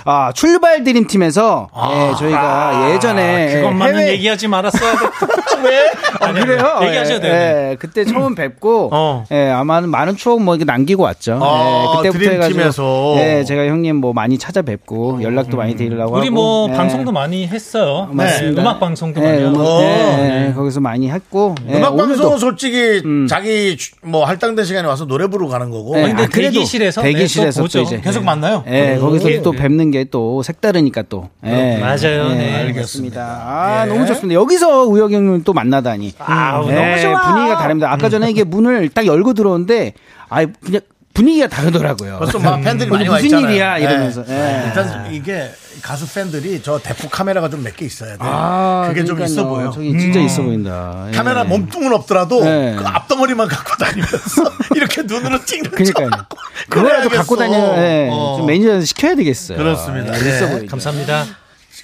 Speaker 8: 아, 출발 드림팀에서, 예, 저희가 예전에.
Speaker 2: 아, 그것만은
Speaker 8: 해외-
Speaker 2: 얘기하지 말았어야 돼.
Speaker 8: 왜?
Speaker 2: 아니, 아니,
Speaker 8: 그래요?
Speaker 2: 얘기하셔도
Speaker 8: 예,
Speaker 2: 돼요.
Speaker 8: 예, 그때 처음 뵙고,
Speaker 1: 어.
Speaker 8: 예, 아마 많은 추억 뭐 이렇게 남기고 왔죠.
Speaker 1: 아,
Speaker 8: 예, 그때부터
Speaker 1: 드림팀에서.
Speaker 8: 해가지고. 예, 제가 형님 뭐 많이 찾아뵙고, 연락도 많이 드리려고
Speaker 2: 어. 우리
Speaker 8: 하고.
Speaker 2: 뭐
Speaker 8: 예.
Speaker 2: 방송도 많이 했어요. 네,
Speaker 8: 맞습니다.
Speaker 2: 음악 방송도
Speaker 8: 예,
Speaker 2: 많이
Speaker 8: 음악,
Speaker 2: 하고. 어, 네.
Speaker 8: 예, 예, 거기서 많이 했고. 예,
Speaker 1: 음악 방송은
Speaker 8: 오늘도 음.
Speaker 1: 솔직히 자기 주- 뭐 할당된 시간에 와서 노래 부르고 가는 거고
Speaker 8: 네,
Speaker 2: 근데
Speaker 8: 아, 그래도
Speaker 2: 대기실에서
Speaker 8: 대기실에서
Speaker 2: 네, 또
Speaker 8: 또
Speaker 2: 보죠.
Speaker 8: 이제
Speaker 1: 계속 만나요.
Speaker 8: 예, 거기서 또 뵙는 게 또 색다르니까 또. 예.
Speaker 2: 음. 맞아요. 예.
Speaker 8: 예,
Speaker 2: 네.
Speaker 8: 알겠습니다. 아, 너무 좋습니다. 여기서 우혁이 형님 또 만나다니.
Speaker 2: 아,
Speaker 8: 예,
Speaker 2: 너무 좋아.
Speaker 8: 분위기가 다릅니다. 아까 전에 이게 문을 딱 열고 들어오는데, 아, 그냥 분위기가 다르더라고요.
Speaker 1: 벌써 막 팬들이
Speaker 8: 오늘
Speaker 1: 많이 와
Speaker 8: 무슨
Speaker 1: 있잖아요.
Speaker 8: 일이야?
Speaker 1: 예.
Speaker 8: 이러면서. 예.
Speaker 1: 일단 이게 가수 팬들이 저 대포 카메라가 좀 몇 개 있어야 돼요.
Speaker 8: 아,
Speaker 1: 그게 좀 있어
Speaker 8: 그러니까요.
Speaker 1: 보여.
Speaker 8: 저기 진짜 있어 보인다. 예.
Speaker 1: 카메라 몸뚱은 없더라도
Speaker 8: 네.
Speaker 1: 그 앞덩어리만 갖고 다니면서 이렇게 눈으로 찍는
Speaker 8: 그러니까요.
Speaker 1: 척 하고
Speaker 8: 그거라도 갖고
Speaker 1: 그래야겠어.
Speaker 8: 다녀. 예.
Speaker 1: 어.
Speaker 8: 좀 매니저한테 시켜야 되겠어요.
Speaker 1: 그렇습니다.
Speaker 8: 예, 있어
Speaker 1: 예.
Speaker 8: 보이죠.
Speaker 2: 네. 감사합니다.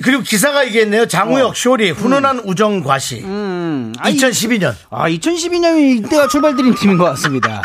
Speaker 1: 그리고 기사가 얘기했네요. 장우혁 쇼리 훈훈한 우정 과시
Speaker 8: 어. 음, 아,
Speaker 1: 2012년
Speaker 8: 아, 2012년이 이때가 출발드림 팀인 것 같습니다.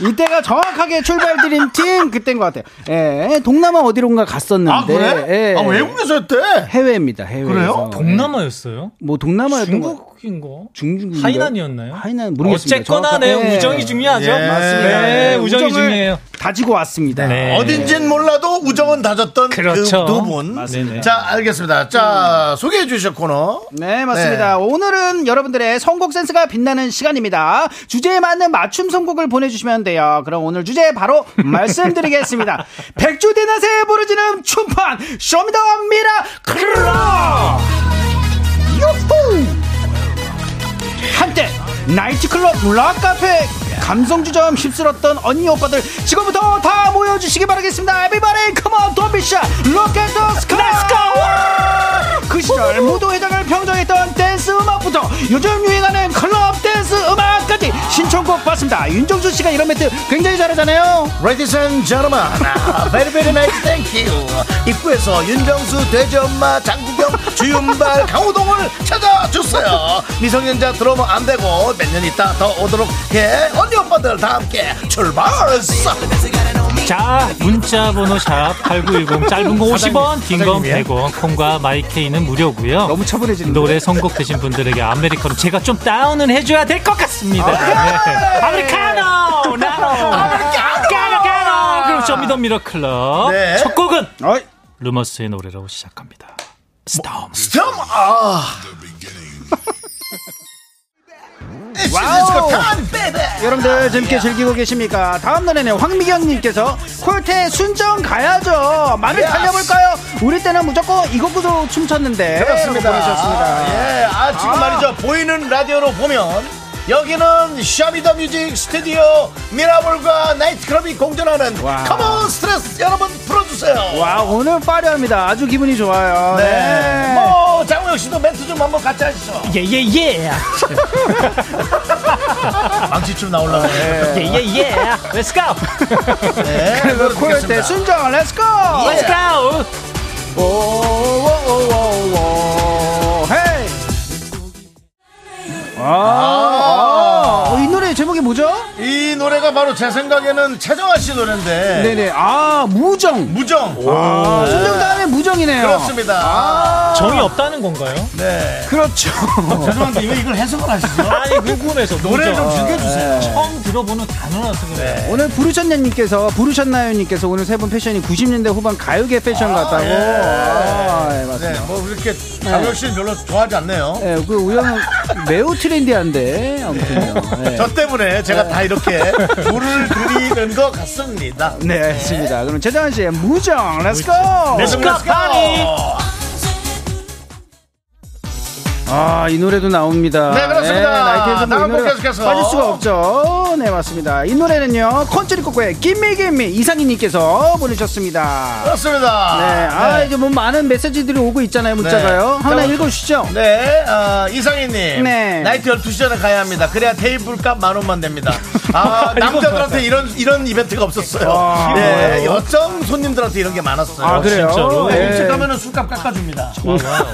Speaker 8: 이때가 정확하게 출발드림 팀 그때인 것 같아요. 예, 동남아 어디론가 갔었는데.
Speaker 1: 아 그래?
Speaker 8: 예,
Speaker 1: 아 외국에서 했대.
Speaker 8: 해외입니다. 해외에서.
Speaker 1: 그래요?
Speaker 2: 동남아였어요?
Speaker 8: 뭐 네. 동남아였던 것
Speaker 2: 중국인 거?
Speaker 8: 중국
Speaker 2: 하이난이었나요?
Speaker 8: 하이난 모르겠습니다. 네.
Speaker 2: 어쨌거나
Speaker 8: 정확하게.
Speaker 2: 내 우정이 중요하죠.
Speaker 1: 예. 맞습니다.
Speaker 2: 네, 우정이
Speaker 8: 우정을
Speaker 2: 중요해요.
Speaker 8: 다지고 왔습니다.
Speaker 2: 네.
Speaker 1: 어딘진 몰라도 우정은 다졌던 그
Speaker 2: 그렇죠.
Speaker 1: 두 분.
Speaker 2: 맞습니다.
Speaker 1: 자 알겠습니다.
Speaker 8: 음.
Speaker 1: 자 소개해 주실 코너.
Speaker 8: 네, 맞습니다. 오늘은 여러분들의 선곡 센스가 빛나는 시간입니다. 주제에 맞는 맞춤 선곡을 보내주시면 돼요. 그럼 오늘 주제 바로 말씀드리겠습니다. 백조 대낮에 부르지는 춤판 쇼미더 미라클럽 유후! 한때 나이트클럽 락카페 감성주점 휩쓸었던 언니 오빠들 지금부터 다 모여주시기 바라겠습니다 에비바리 컴온 돈비샤 록앤더 스카이 그 시절 무도회장을 평정했던 댄스 음악부터 요즘 유행하는 클럽 댄스 음악까지 신청곡 받습니다 윤정수 씨가 이런 멘트 굉장히 잘하잖아요
Speaker 1: Ladies and gentlemen, 아, very very nice, thank you. 입구에서 윤정수, 돼지엄마, 장국영, 주윤발, 강호동을 찾아줬어요. 미성년자 들어오면 안 되고 몇 년 있다 더 오도록 해. 언니 오빠들 다 함께 출발.
Speaker 2: 자, 문자 번호 샵 8910 짧은 거 50원, 긴 건
Speaker 1: 사장님이에요?
Speaker 2: 100원. 콩과 마이케이는 무료고요.
Speaker 8: 너무 차분해지는
Speaker 2: 노래 선곡되신 분들에게 아메리카노 제가 좀 다운은 아, 해줘야 될 것 같습니다. 네. 아메리카노 나노 아메리카노
Speaker 9: 쇼 미더 미라클럽
Speaker 1: 네.
Speaker 9: 첫 곡은
Speaker 2: 어이.
Speaker 9: 루머스의 노래로 시작합니다. 스톰.
Speaker 1: 스톰 아. 와우.
Speaker 8: 어.
Speaker 2: 여러분들 재밌게 즐기고 계십니까? 다음 노래는 황미경님께서 콜테 순정 가야죠. 말을
Speaker 1: Yes.
Speaker 2: 달려볼까요? 우리 때는 무조건 이것도 춤췄는데.
Speaker 1: 그렇습니다.
Speaker 2: 라고 보내셨습니다.
Speaker 1: 아, 예. 아, 지금 말이죠. 보이는 라디오로 보면 여기는 샤미더 뮤직 스튜디오 미라볼과 나이트클럽이 공존하는 컴온 스트레스 여러분 풀어주세요.
Speaker 2: 와 아, 오늘 파리합니다. 아주 기분이 좋아요.
Speaker 1: 네.
Speaker 2: 네.
Speaker 1: 뭐, 장우혁 씨도 멘트 좀 한번 같이 하시죠.
Speaker 9: 예예예.
Speaker 1: 망치춤 나오려고. 네.
Speaker 9: 예예예. Let's go.
Speaker 1: 네. 그리고
Speaker 2: 콜테 순정 렛츠고.
Speaker 9: Let's go.
Speaker 2: 오오오오오 헤이. 아, 어, 이 노래 제목이 뭐죠?
Speaker 1: 이 노래가 바로 제 생각에는 최정아 씨 노래인데.
Speaker 2: 네네. 아 무정.
Speaker 8: 그
Speaker 1: 무정.
Speaker 2: 아, 순정 다음에 무정이네요.
Speaker 1: 그렇습니다.
Speaker 9: 아. 정이 없다는 건가요?
Speaker 1: 네.
Speaker 2: 그렇죠.
Speaker 1: 죄송한데 왜 이걸 해석을 하시죠?
Speaker 9: 아니
Speaker 2: 그
Speaker 9: 궁금해서
Speaker 1: 노래 좀
Speaker 2: 네,
Speaker 1: 즐겨주세요.
Speaker 9: 처음 들어보는 단어라 서 그래요.
Speaker 2: 오늘 네, 부르셨냐님께서 부르셨나요님께서 오늘 세 분 패션이 90년대 후반 가요계 패션 같다고.
Speaker 1: 예.
Speaker 2: 아, 예, 맞습니다.
Speaker 1: 네, 뭐 그렇게 장혁 씨는 별로 좋아하지 않네요.
Speaker 2: 예, 그 우연은 매우 트렌디한데 아무튼요. 예.
Speaker 1: 저 때문에 제가 다 이렇게 물을 드리는 것 같습니다.
Speaker 2: 네, 알겠습니다. 네, 그럼 재정한 씨의 무정, 렛츠고!
Speaker 1: 렛츠고 파리.
Speaker 2: 아, 이 노래도 나옵니다.
Speaker 1: 네, 그렇습니다.
Speaker 2: 나이트에서
Speaker 1: 나가고
Speaker 2: 뭐이 노래
Speaker 1: 계속해서.
Speaker 2: 빠질 수가 없죠. 네, 맞습니다. 이 노래는요, 컨트리 코코의 김미 김미 이상희님께서 보내셨습니다.
Speaker 1: 그렇습니다.
Speaker 2: 네, 아, 이제 뭐 많은 메시지들이 오고 있잖아요, 문자가요.
Speaker 1: 네.
Speaker 2: 하나
Speaker 1: 그럼-
Speaker 2: 읽어주시죠.
Speaker 1: 네, 아, 이상희님.
Speaker 2: 네.
Speaker 1: 나이트 12시 전에 가야 합니다. 그래야 테이블 값 만 원만 됩니다. 아, 남자들한테 이런, 이런 이벤트가 없었어요. 네, 여성 손님들한테 이런 게 많았어요.
Speaker 2: 아, 그래요?
Speaker 9: 진짜로? 네,
Speaker 1: 네,
Speaker 2: 네.
Speaker 1: 일찍 가면은 술값 깎아줍니다.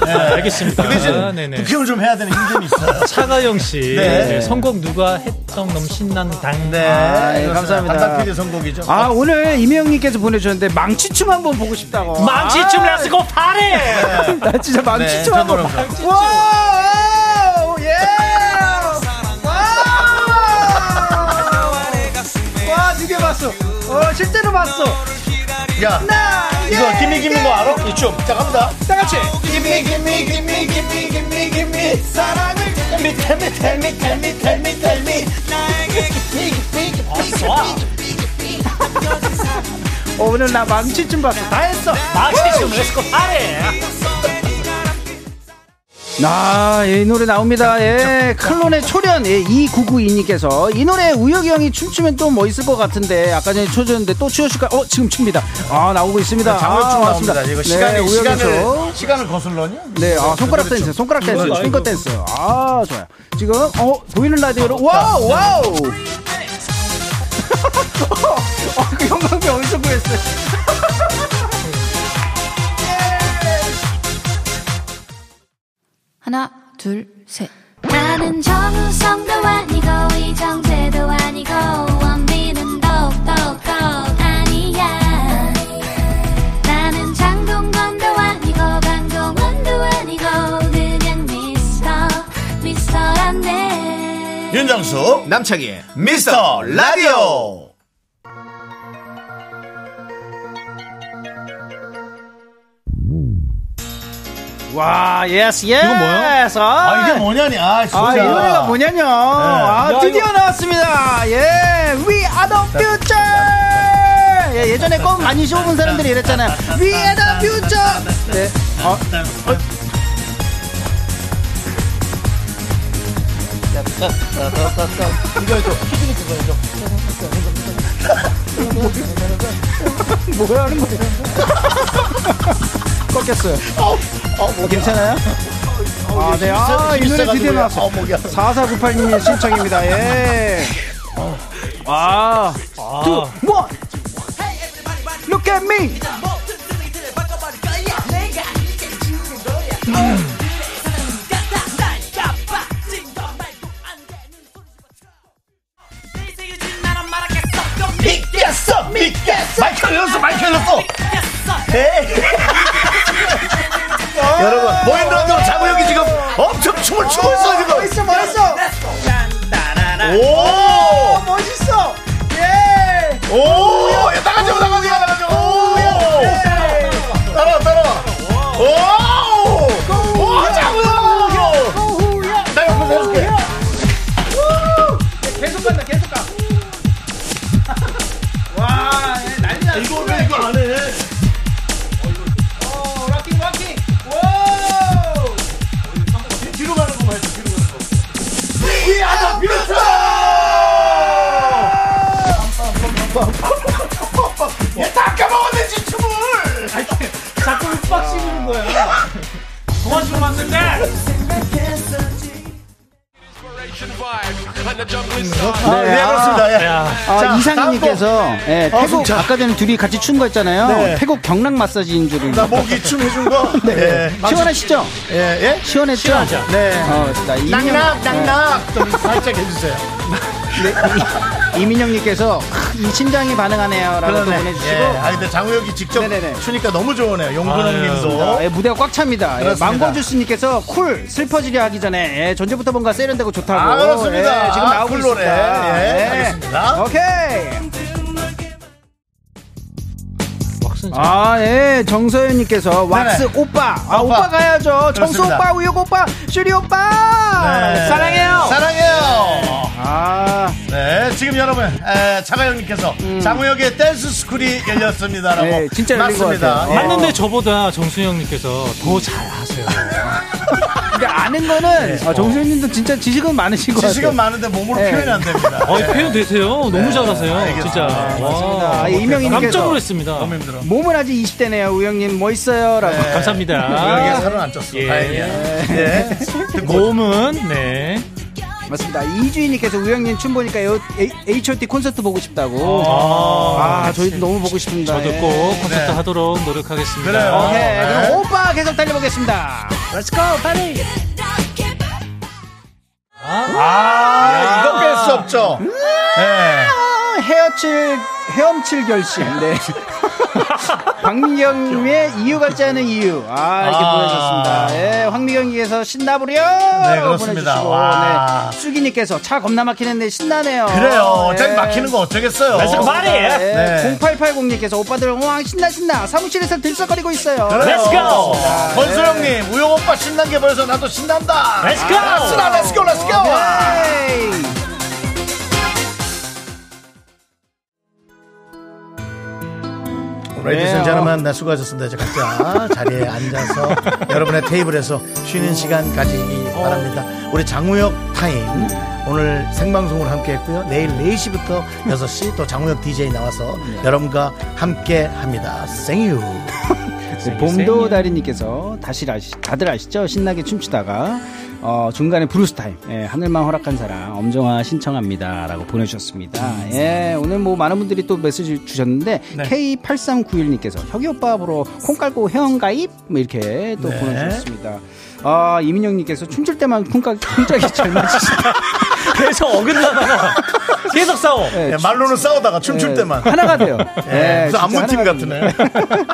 Speaker 9: 알겠습니다.
Speaker 1: 그 대신
Speaker 9: 아, 네네.
Speaker 1: 부킹을 좀 해야 되는 힘듦이 있어요.
Speaker 9: 차가영 씨
Speaker 1: 네.
Speaker 9: 네, 선곡 누가 했던 너무 신난당.
Speaker 1: 네,
Speaker 2: 아, 예,
Speaker 1: 그렇습니다.
Speaker 2: 감사합니다.
Speaker 1: 담당 PD 선곡이죠.
Speaker 2: 아, 오늘 이미영님께서 보내주셨는데, 망치춤 한번 보고 싶다고.
Speaker 9: 망치춤
Speaker 2: 아,
Speaker 9: 렛츠고 파리.
Speaker 2: 나 진짜
Speaker 1: 네,
Speaker 2: 망치춤
Speaker 1: 저
Speaker 2: 한번.
Speaker 1: 노래 보자.
Speaker 2: 와우! 예! 와우! 와, 드디어 봤어. 어, 실제로 봤어.
Speaker 1: 야,
Speaker 2: 나, 예!
Speaker 1: 이거 김미 김미 거 알아? 이 춤. 자, 갑니다.
Speaker 2: 다 같이.
Speaker 1: 김미 김미 김미 김미 김미 김미 사랑을 tell me tell me tell me tell me tell me tell me 나에게 김미 김미 김미
Speaker 2: 어, 오늘 나 망치춤 봤어. 다 했어.
Speaker 9: 망치춤 렛츠고 파리.
Speaker 2: 아, 예, 이 노래 나옵니다. 예, 클론의 초련, 예, 2992님께서 이 노래 우혁이 형이 춤추면 또 뭐 있을 것 같은데, 아까 전에 쳐줬는데 또 추셨을까? 어, 지금 춥니다. 아, 나오고 있습니다.
Speaker 1: 네, 장어춤
Speaker 2: 아,
Speaker 1: 나옵니다. 이거 시간이
Speaker 2: 우혁이 초.
Speaker 1: 시간을 그렇죠, 시간을 거슬러냐?
Speaker 2: 네, 아, 손가락 댄스, 손가락 댄스, 핑거 댄스. 아, 좋아요. 지금, 어, 보이는 라디오로,
Speaker 1: 아,
Speaker 2: 와우, 와우! 어, 그 영광비 어디서 구했어요?
Speaker 5: 하나, 둘, 셋. 나는 정우성도 아니고, 이정재도 아니고, 원빈은 더욱더 아니야. 나는 장동건도 아니고, 강동원도 아니고, 그냥 미스터, 미스터란데.
Speaker 1: 윤정수 남창희 미스터 라디오.
Speaker 2: 와, 예스, 예스! 이거
Speaker 9: 뭐야?
Speaker 1: 아 이게 뭐냐니? 아 진짜.
Speaker 2: 아, 이 노래가
Speaker 1: 네.
Speaker 2: 뭐냐뇨. 아, 드디어 나왔습니다. 예. We are the future. 예, 예전에 껌 많이 씹어본 사람들이 이랬잖아요. We are the future. 네. 어. 어. 뭐야 하는 거야? 꺾였어요. 괜찮아요? 아, 네. 아, 이 노래 드디어 나왔어.
Speaker 1: 어 목이야.
Speaker 2: 4498님의 신청입니다. 예. 아, 두, 원. Look at me.
Speaker 1: 믿겠어, 믿겠어. 마이크 열렸어, 마이크 열렸어. 에이. 여러분, 모인 라디오 장우혁이 지금 엄청 춤을 추고 있어 지금.
Speaker 2: 멋있어, 멋있어.
Speaker 1: 오,
Speaker 2: 멋있어. 예.
Speaker 1: 오, 야, 나가자, 나가자.
Speaker 4: 엎어지고 왔는데
Speaker 1: 네, 그렇습니다. 예. 자,
Speaker 8: 아, 이상님께서
Speaker 1: 다음 곡.
Speaker 8: 예,
Speaker 1: 어,
Speaker 8: 태국
Speaker 1: 승차.
Speaker 8: 아까 전에 둘이 같이 춘 거 있잖아요.
Speaker 1: 네.
Speaker 8: 태국 경락 마사지인 줄을.
Speaker 1: 나 목이 춤 해준 거. 네.
Speaker 8: 시원하시죠?
Speaker 1: 예, 예.
Speaker 8: 시원했죠?
Speaker 1: 시원하죠. 네.
Speaker 8: 어, 나 이민영,
Speaker 1: 낙낙, 낙낙. 좀 살짝 해주세요.
Speaker 8: 네, 이- 이민영님께서 크, 이 심장이 반응하네요라고 또 보내주시고
Speaker 1: 예. 아, 근데 장우혁이 직접
Speaker 8: 네네네.
Speaker 1: 추니까 너무 좋으네요. 용근홍 님도.
Speaker 8: 예, 무대가 꽉 찹니다. 예,
Speaker 1: 그렇습니다.
Speaker 8: 망고주스님께서 쿨 슬퍼지게 하기 전에 예, 존재부터 뭔가 세련되고 좋다고.
Speaker 1: 아, 그렇습니다.
Speaker 8: 예, 지금
Speaker 1: 아,
Speaker 8: 나오고
Speaker 1: 쿨 노래.
Speaker 8: 있습니다. 네.
Speaker 1: 예, 알겠습니다.
Speaker 8: 오케이.
Speaker 2: 왁슨 잘
Speaker 8: 아, 예, 정서연님께서 왁스 오빠. 아,
Speaker 1: 오빠.
Speaker 8: 오빠 가야죠.
Speaker 1: 네,
Speaker 8: 정수
Speaker 1: 그렇습니다.
Speaker 8: 오빠, 우혁 오빠, 슈리 오빠.
Speaker 1: 네.
Speaker 8: 사랑해요.
Speaker 1: 사랑해요.
Speaker 8: 아,
Speaker 1: 네, 지금 여러분 에, 차가영님께서 장우혁의 댄스 스쿨이 열렸습니다라고.
Speaker 8: 음. 네, 진짜 열린 것
Speaker 1: 맞습니다.
Speaker 8: 같아요. 네.
Speaker 1: 예.
Speaker 2: 맞는데 저보다 정수영님께서 더 잘하세요.
Speaker 8: 근데 아는 거는 어, 정수연님도 진짜 지식은 많으신 것
Speaker 1: 네. 예,
Speaker 8: 같아요.
Speaker 1: 지식은 많은데 몸으로
Speaker 8: 네.
Speaker 1: 표현이 안 됩니다. 예,
Speaker 2: 어, 표현 되세요.
Speaker 1: 네.
Speaker 2: 너무 잘하세요. 진짜. 와.
Speaker 8: 아, 예, 이명희님께서
Speaker 2: 깜짝 놀랐습니다.
Speaker 1: 너무 힘들어.
Speaker 8: 몸은 아직 20대네요. 우영님 뭐
Speaker 1: 네.
Speaker 8: 멋있어요라고. 아,
Speaker 1: 우혁이
Speaker 2: 감사합니다.
Speaker 1: 살은 안 쪘어.
Speaker 2: 예.
Speaker 1: 다행이야. 예.
Speaker 2: 몸은 네.
Speaker 8: 맞습니다. 이주인님께서 우영님 춤 보니까 요- H.O.T 콘서트 보고 싶다고. 아, 저희도 너무 보고 싶습니다.
Speaker 2: 저도
Speaker 8: 예.
Speaker 2: 꼭
Speaker 1: 네.
Speaker 2: 콘서트 하도록 노력하겠습니다.
Speaker 1: 그래요.
Speaker 8: 오케이.
Speaker 1: 네.
Speaker 8: 그럼 뭐 오빠 계속 달려보겠습니다. Let's go, 빨리.
Speaker 1: 아, 이건 뺄 수 없죠. 네.
Speaker 8: 아, 헤어칠 헤엄칠 결심. 네. 박미경님의 이유 같지 않은 이유. 아 이렇게
Speaker 1: 아.
Speaker 8: 보내셨습니다. 예, 황미경님께서 신나부려.
Speaker 1: 네, 그렇습니다.
Speaker 8: 보내주시고,
Speaker 1: 와.
Speaker 8: 네. 수기님께서 차 겁나 막히는데 신나네요.
Speaker 1: 그래요. 어차피
Speaker 8: 예.
Speaker 1: 막히는 거 어쩌겠어요.
Speaker 8: 예.
Speaker 1: 네.
Speaker 8: 0880님께서 오빠들 왕 신나 신나 사무실에서 들썩거리고 있어요.
Speaker 1: Let's go. 권소영님, 우영 오빠 신난 게 벌써 나도 신난다. Let's go. 신나, Let's go, Let's go.
Speaker 8: 오케이.
Speaker 1: 레이디스 앤 제너만 네, 수고하셨습니다. 이제 각자 자리에 앉아서 여러분의 테이블에서 쉬는 시간 가지기 바랍니다. 우리 장우혁 타임 오늘 생방송으로 함께 했고요. 내일 4시부터 6시 또 장우혁 DJ 나와서 여러분과 함께 합니다. 생유.
Speaker 8: 봄도 다리님께서 다시 아시, 다들 아시죠? 신나게 춤추다가 어, 중간에 브루스 타임 예, 하늘만 허락한 사람 엄정화 신청합니다라고 보내주셨습니다. 예, 오늘 뭐 많은 분들이 또 메시지 주셨는데
Speaker 1: 네.
Speaker 8: K8391님께서 혁이 오빠 보러 콩 깔고 회원 가입 뭐 이렇게
Speaker 1: 네.
Speaker 8: 또 보내주셨습니다. 아 이민영님께서 춤출 때만 쿵깍 쿵짝이 잘 맞으시다.
Speaker 2: 계속 어긋나다가 계속 싸워.
Speaker 1: 예, 말로는 싸우다가 춤출 때만.
Speaker 8: 네, 하나가 돼요. 네,
Speaker 1: 예, 그래서
Speaker 8: 진짜
Speaker 1: 안무팀
Speaker 8: 하나가
Speaker 1: 같으네.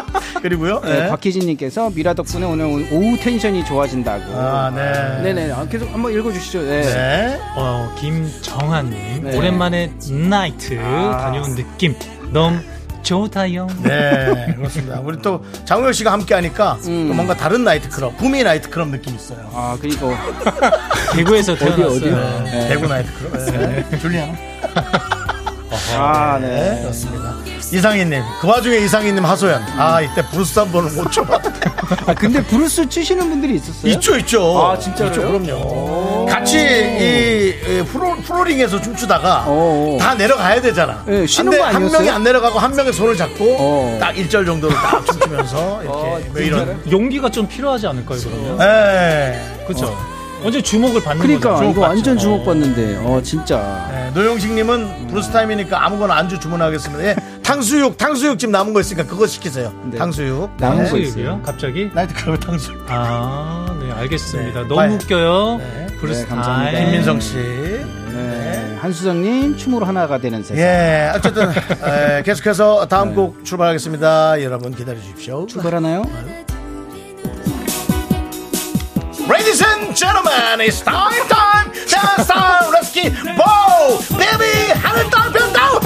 Speaker 1: 그리고요.
Speaker 8: 네,
Speaker 1: 예.
Speaker 8: 박희진님께서 미라 덕분에 오늘 오후 텐션이 좋아진다고.
Speaker 1: 아, 네.
Speaker 8: 네네. 아, 계속 한번 읽어주시죠. 네.
Speaker 1: 네.
Speaker 2: 어, 김정아님
Speaker 8: 네. 아.
Speaker 2: 오랜만에 나이트 다녀온 느낌 너무 좋다요.
Speaker 1: 네, 그렇습니다. 우리 또 장우혁 씨가 함께 하니까 또 뭔가 다른 나이트클럽, 구미 나이트클럽 느낌 있어요.
Speaker 8: 아, 그리고
Speaker 2: 대구에서 태어났어요.
Speaker 8: 어디요?
Speaker 1: 네. 대구 나이트클럽. 네. 줄리안.
Speaker 8: 아, 네.
Speaker 1: 네, 그렇습니다. 이상희님, 그 와중에 이상희님 하소연. 아, 이때 브루스 한 번은 못 쳐봤는데.
Speaker 8: 아, 근데 브루스 치시는 분들이 있었어요?
Speaker 1: 있죠, 있죠.
Speaker 8: 아, 진짜로요?
Speaker 1: 있죠, 그럼요. 같이 이, 이 프로, 프로링에서 춤추다가
Speaker 8: 오.
Speaker 1: 다 내려가야 되잖아.
Speaker 8: 예, 쉬는
Speaker 1: 근데
Speaker 8: 거
Speaker 1: 한
Speaker 8: 아니었어요?
Speaker 1: 명이 안 내려가고 한 명의 손을 잡고
Speaker 8: 어.
Speaker 1: 딱 1절 정도로 딱 춤추면서 이렇게
Speaker 8: 아,
Speaker 1: 뭐 이런.
Speaker 2: 용기가 좀 필요하지 않을까요 그러면?
Speaker 1: 예.
Speaker 2: 그렇죠. 언제 주목을 받는
Speaker 8: 어. 그러니까
Speaker 2: 거죠.
Speaker 8: 이거 완전
Speaker 2: 받죠.
Speaker 8: 주목받는데, 어 진짜.
Speaker 1: 네, 노영식님은 브루스 타임이니까 아무거나 안주 주문하겠습니다. 예, 탕수육, 탕수육 지금 남은 거 있으니까 그거 시키세요.
Speaker 8: 네.
Speaker 1: 탕수육.
Speaker 8: 남은 거
Speaker 2: 탕수육이요?
Speaker 8: 있어요.
Speaker 2: 네. 갑자기?
Speaker 1: 나이트클럽 탕수육.
Speaker 2: 아, 네, 알겠습니다.
Speaker 1: 네,
Speaker 2: 너무
Speaker 1: 과연.
Speaker 2: 웃겨요.
Speaker 1: 네.
Speaker 2: 브루스 아,
Speaker 8: 네, 감사합니다.
Speaker 2: 타임.
Speaker 1: 김민성 씨.
Speaker 8: 네. 한수정님 춤으로 하나가 되는 세상.
Speaker 1: 예, 어쨌든 예, 계속해서 다음 곡 출발하겠습니다. 여러분 기다려 주십시오.
Speaker 8: 출발하나요?
Speaker 1: Ladies and gentlemen, it's time time, dance time, let's get bow, baby, 하늘 땅 변다.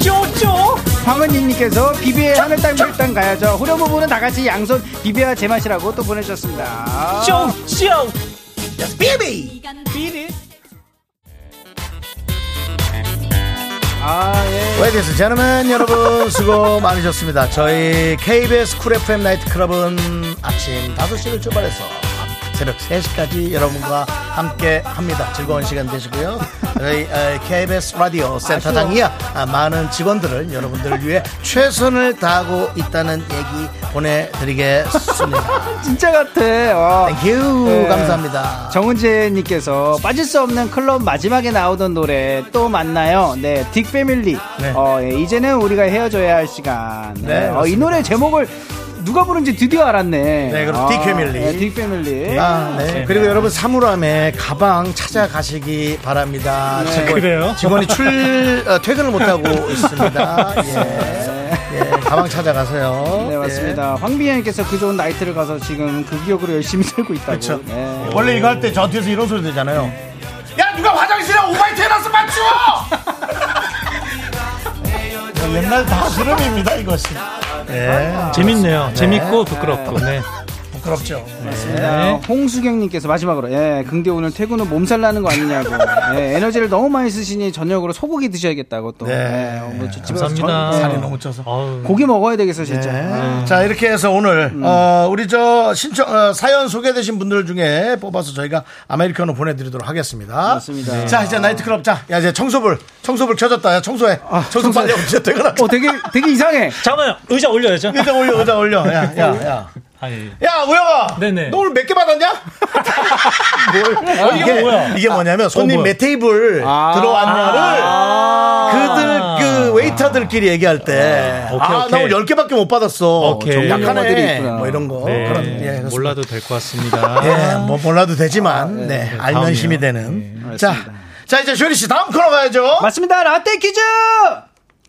Speaker 1: 조, 조,
Speaker 8: 황은희님께서 비비의 하늘 땅 물땅 가야죠. 후렴 부분은 다 같이 양손 비비와 제맛이라고 또 보내주셨습니다.
Speaker 1: yes, baby.
Speaker 8: 아 예.
Speaker 1: 웨디스 제너맨 여러분 수고 많으셨습니다. 저희 KBS 쿨 FM 나이트 클럽은 아침 5시를 출발해서 새벽 3시까지 여러분과 함께 합니다. 즐거운 시간 되시고요. 저희 에, KBS 라디오 센터장이야 아, 많은 직원들을 여러분들을 위해 최선을 다하고 있다는 얘기 보내드리겠습니다.
Speaker 8: 진짜 같아. 어.
Speaker 1: 땡큐
Speaker 8: 네.
Speaker 1: 감사합니다.
Speaker 8: 정은재님께서 빠질 수 없는 클럽 마지막에 나오던 노래 또 만나요. 네, 딕패밀리.
Speaker 1: 네.
Speaker 8: 어, 예, 이제는 우리가 헤어져야 할 시간.
Speaker 1: 네,
Speaker 8: 어, 이
Speaker 1: 맞습니다.
Speaker 8: 노래 제목을 누가 부른지 드디어 알았네.
Speaker 1: 네, 그럼
Speaker 8: 아,
Speaker 1: 딕패밀리.
Speaker 8: 네, 딕패밀리.
Speaker 1: 아, 네. 그리고 여러분 사물함에 가방 찾아가시기 네. 바랍니다. 직원,
Speaker 2: 그래요?
Speaker 1: 직원이 출 어, 퇴근을 못 하고 있습니다. 예. 예, 가방 찾아가세요.
Speaker 8: 네,
Speaker 1: 예.
Speaker 8: 맞습니다. 황비현님께서 그 좋은 나이트를 가서 지금 그 기억으로 열심히 살고 있다고.
Speaker 1: 그렇죠.
Speaker 8: 네.
Speaker 1: 원래 이거 할 때 저 뒤에서 이런 소리 되잖아요. 야 누가 화장실에 오바이트 해놨어 맞추어! 옛날 다 흐름입니다 이것이. 네.
Speaker 2: 재밌네요. 재밌고 부끄럽고. 네.
Speaker 1: 부끄럽죠.
Speaker 8: 네. 홍수경님께서 마지막으로 예, 긍디 오늘 퇴근 후 몸살 나는 거 아니냐고 예, 에너지를 너무 많이 쓰시니 저녁으로 소고기 드셔야겠다고 또
Speaker 1: 네.
Speaker 8: 예, 뭐 저- 집에서
Speaker 2: 감사합니다.
Speaker 8: 전-
Speaker 1: 살이 너무 쪄서.
Speaker 2: 아우,
Speaker 8: 고기 먹어야 되겠어
Speaker 1: 네.
Speaker 8: 진짜 아. 음.
Speaker 1: 자 이렇게 해서 오늘 어, 우리 저 신청 어, 사연 소개되신 분들 중에 뽑아서 저희가 아메리카노 보내드리도록 하겠습니다.
Speaker 8: 맞습니다. 네.
Speaker 1: 자 이제 나이트클럽 자 야, 이제 청소불 청소불 켜졌다. 야, 청소해. 청소
Speaker 8: 아, 청소해.
Speaker 1: 빨리 하고 이제 퇴근하자.
Speaker 8: 어 되게 되게 이상해
Speaker 2: 잠깐만요. 의자
Speaker 8: 네,
Speaker 2: 올려야죠.
Speaker 1: 의자 올려 의자 올려. 야 야, 야.
Speaker 2: 아니.
Speaker 1: 야, 우영아!
Speaker 2: 네네.
Speaker 1: 너 오늘 몇 개 받았냐? 뭘?
Speaker 2: 이게 어, 뭐야?
Speaker 1: 이게 뭐냐면, 손님
Speaker 2: 뭐야?
Speaker 1: 몇 테이블
Speaker 8: 아.
Speaker 1: 들어왔냐를, 그들, 그, 웨이터들끼리 얘기할 때, 아,
Speaker 2: 오케이,
Speaker 1: 나
Speaker 2: 오케이.
Speaker 1: 오늘 10개밖에 못 받았어.
Speaker 2: 오케이.
Speaker 1: 좀 약하네.
Speaker 8: 영어들이 있구나.
Speaker 1: 뭐 이런 거.
Speaker 2: 네,
Speaker 1: 그런, 예, 그렇습니다.
Speaker 2: 몰라도 될 것 같습니다.
Speaker 1: 예, 뭐 몰라도
Speaker 8: 아,
Speaker 1: 되지만, 네, 알면
Speaker 2: 다음이요. 네,
Speaker 1: 힘이 되는. 자, 자, 이제 쇼리 씨 다음 코너 가야죠.
Speaker 8: 맞습니다 라떼 퀴즈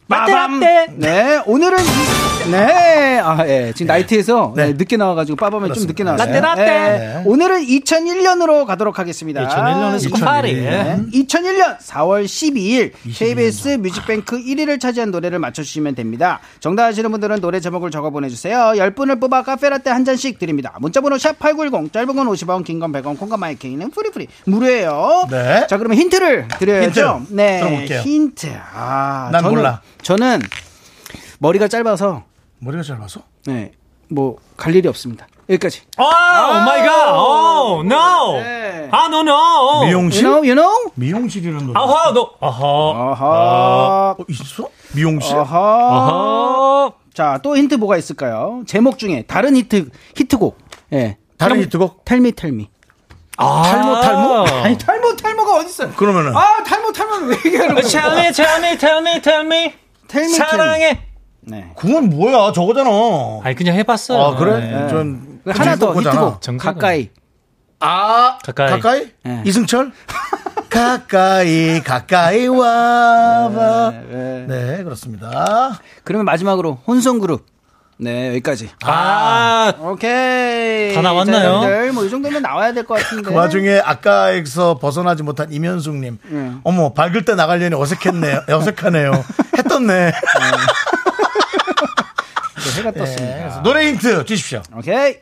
Speaker 2: 라떼,
Speaker 8: 빠밤.
Speaker 2: 라떼.
Speaker 8: 네 오늘은 이- 네, 아, 예. 지금 나이트에서
Speaker 1: 네.
Speaker 8: 네, 늦게 나와가지고 빠밤에 좀 늦게 나왔어요.
Speaker 1: 라떼,
Speaker 8: 라떼. 오늘은 2001년으로 가도록 하겠습니다.
Speaker 2: 2001년에서 파리.
Speaker 8: 네. 2001년 4월 12일 KBS 뮤직뱅크 1위를 차지한 노래를 맞춰주시면 됩니다. 정답 아시는 분들은 노래 제목을 적어 보내주세요. 10분을 뽑아 카페라떼 한 잔씩 드립니다. 문자번호 샵8910 짧은 건 50원 긴 건 100원 콩과 마이케이는 프리프리 무료예요.
Speaker 1: 네.
Speaker 8: 자 그러면 힌트를 드려야죠.
Speaker 1: 힌트
Speaker 8: 네
Speaker 1: 들어볼게요.
Speaker 8: 힌트. 아,
Speaker 1: 난
Speaker 8: 저는,
Speaker 1: 몰라.
Speaker 8: 저는 머리가 짧아서
Speaker 1: 머리가 짧아서?
Speaker 8: 네, 뭐 갈 일이 없습니다. 여기까지.
Speaker 2: 아, 오 마이 갓. 오, no.
Speaker 8: 네.
Speaker 2: 아, no, no.
Speaker 8: You
Speaker 1: 미용실?
Speaker 8: know, you know?
Speaker 1: 미용실이라는 노래.
Speaker 2: 아하, no. 아하.
Speaker 8: 아하.
Speaker 1: 어, 있어? 미용실?
Speaker 8: 아하.
Speaker 2: 아하.
Speaker 8: 자, 또 힌트 뭐가 있을까요? 제목 중에 다른 히트 히트곡. 예.
Speaker 1: 다른 히트곡?
Speaker 8: 텔미 텔미.
Speaker 2: 아. 탈모, 탈모?
Speaker 8: 아니, 탈모 탈모가 어디 있어요?
Speaker 1: 그러면은.
Speaker 8: 아, 탈모 탈모 왜 얘기하는 거야?
Speaker 2: 아, Tell me, tell me, tell me, tell me.
Speaker 8: 텔미
Speaker 2: 사랑해.
Speaker 8: 네.
Speaker 1: 그건 뭐야? 저거잖아.
Speaker 2: 아니, 그냥 해봤어요.
Speaker 1: 아, 그래?
Speaker 2: 네.
Speaker 1: 전
Speaker 8: 하나 더
Speaker 1: 거잖아.
Speaker 8: 히트곡.
Speaker 2: 정답은?
Speaker 8: 가까이.
Speaker 1: 아
Speaker 2: 가까이.
Speaker 1: 가까이?
Speaker 8: 네.
Speaker 1: 이승철 가까이 가까이 와봐
Speaker 8: 네.
Speaker 1: 네 그렇습니다
Speaker 8: 그러면 마지막으로 혼성 그룹. 네, 여기까지.
Speaker 2: 아,
Speaker 8: 오케이.
Speaker 2: 다 나왔나요?
Speaker 8: 자, 여러분들 뭐이 정도면 나와야 될 것 같은데.
Speaker 1: 그 와중에 아까에서 벗어나지 못한 이면숙님
Speaker 8: 네.
Speaker 1: 어머 밝을 때 나가려니 어색했네요 어색하네요 했던네
Speaker 8: 또 해가 떴습니다.
Speaker 1: 그래서 노래 힌트 주십시오
Speaker 8: 오케이.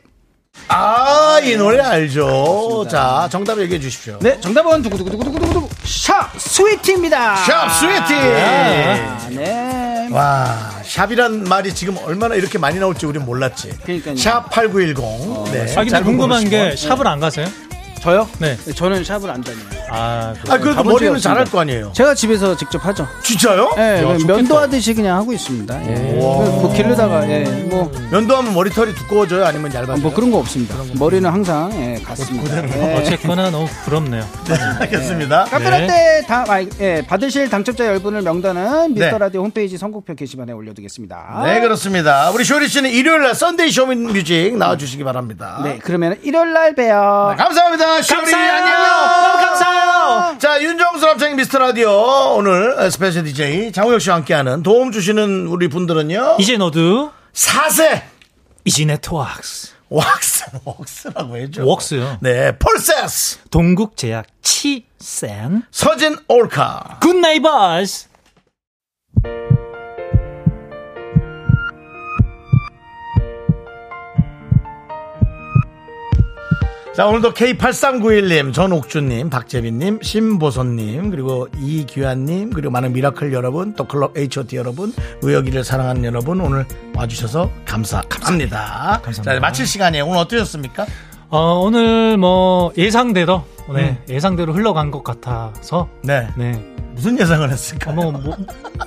Speaker 1: 아 이 노래 알죠 자 정답 얘기해 주십시오
Speaker 8: 네, 정답은 두구두구두구두구두구. 샵 스위트입니다.
Speaker 1: 샵 스웨티
Speaker 8: 아, 네.
Speaker 1: 와 아, 샵이란 말이 지금 얼마나 이렇게 많이 나올지 우린 몰랐지
Speaker 8: 그러니까요.
Speaker 1: 샵8910 네,
Speaker 2: 아, 근데
Speaker 1: 짧은
Speaker 2: 궁금한 게
Speaker 1: 50원.
Speaker 2: 샵을 안 가세요?
Speaker 8: 저요?
Speaker 2: 네.
Speaker 8: 저는 샵을 안 다녀요.
Speaker 2: 아,
Speaker 1: 아, 그래도
Speaker 8: 가본 적이
Speaker 1: 머리는
Speaker 8: 없습니다.
Speaker 1: 잘할 거 아니에요.
Speaker 8: 제가 집에서 직접 하죠.
Speaker 1: 진짜요?
Speaker 8: 예, 그냥
Speaker 2: 좋겠다.
Speaker 8: 면도 하듯이 그냥 하고 있습니다. 예. 뭐 기르다가 예, 뭐,
Speaker 1: 면도하면 머리털이 두꺼워져요? 아니면 얇아져요?
Speaker 8: 뭐 그런 거 없습니다. 머리는 항상 예, 같습니다. 예.
Speaker 2: 어쨌거나 네. 너무 부럽네요.
Speaker 1: 네, 알겠습니다.
Speaker 8: 카페라떼 다, 아, 예, 받으실 당첨자 10분을 명단은 미스터 라디오 홈페이지 선곡표 게시판에 올려두겠습니다.
Speaker 1: 네, 그렇습니다. 우리 쇼리 씨는 일요일 날 썬데이 쇼뮤직 나와주시기 바랍니다.
Speaker 8: 네, 그러면 일요일 날 봬요.
Speaker 1: 감사합니다. 쇼리 안녕.
Speaker 8: 감사해요.
Speaker 1: 자, 윤정수 남창 미스터 라디오 오늘 스페셜 DJ 장우혁 씨와 함께하는 도움 주시는 우리 분들은요.
Speaker 2: 이제 너도
Speaker 1: 사세
Speaker 2: 이지 네트워크스,
Speaker 1: 왁스 왁스라고 해줘.
Speaker 2: 웍스요.
Speaker 1: 네, 폴세스
Speaker 2: 동국제약, 치센,
Speaker 1: 서진 올카.
Speaker 2: 굿나이버스.
Speaker 1: 자, 오늘도 K8391님, 전옥주님, 박재빈님, 심보선님, 그리고 이규환님, 그리고 많은 미라클 여러분, 또 클럽 HOT 여러분, 우혁이를 사랑하는 여러분, 오늘 와주셔서 감사합니다. 감사합니다. 자, 이제 마칠 시간이에요. 오늘 어떠셨습니까?
Speaker 2: 어, 오늘 뭐 예상대로 네, 예상대로 흘러간 것 같아서
Speaker 1: 네.
Speaker 2: 네.
Speaker 1: 무슨 예상을 했을까요?
Speaker 2: 뭐, 뭐,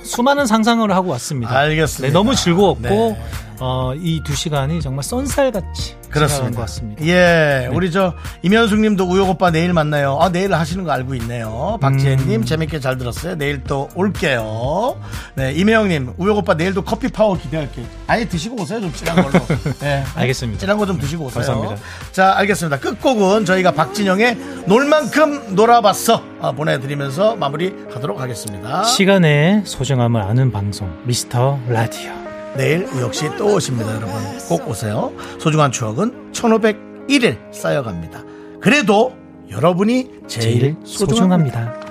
Speaker 2: 수많은 상상을 하고 왔습니다.
Speaker 1: 알겠습니다.
Speaker 2: 네, 너무 즐거웠고
Speaker 1: 네.
Speaker 2: 어, 이 두 시간이 정말 쏜살같이 지나간 것
Speaker 1: 그렇습니다.
Speaker 2: 같습니다. 네.
Speaker 1: 예, 우리 저 임현숙님도 우혁 오빠 내일 만나요. 아 내일 하시는 거 알고 있네요.
Speaker 2: 음.
Speaker 1: 박지혜님 재밌게 잘 들었어요. 내일 또 올게요. 네, 임혜영님 우혁 오빠 내일도 커피 파워 기대할게요. 아예 드시고 오세요 좀 진한 걸로. 네,
Speaker 2: 알겠습니다.
Speaker 1: 진한 거 좀 드시고 오세요.
Speaker 2: 감사합니다.
Speaker 1: 자, 알겠습니다. 끝곡은 저희가 박진영의 놀만큼 놀아봤어 아, 보내드리면서 마무리하도록 하겠습니다.
Speaker 2: 시간의 소중함을 아는 방송 미스터 라디오.
Speaker 1: 내일 우혁 씨또 오십니다, 여러분. 꼭 오세요. 소중한 추억은 1501일 쌓여갑니다. 그래도 여러분이 제일
Speaker 2: 제일
Speaker 1: 소중합니다.
Speaker 2: 소중합니다.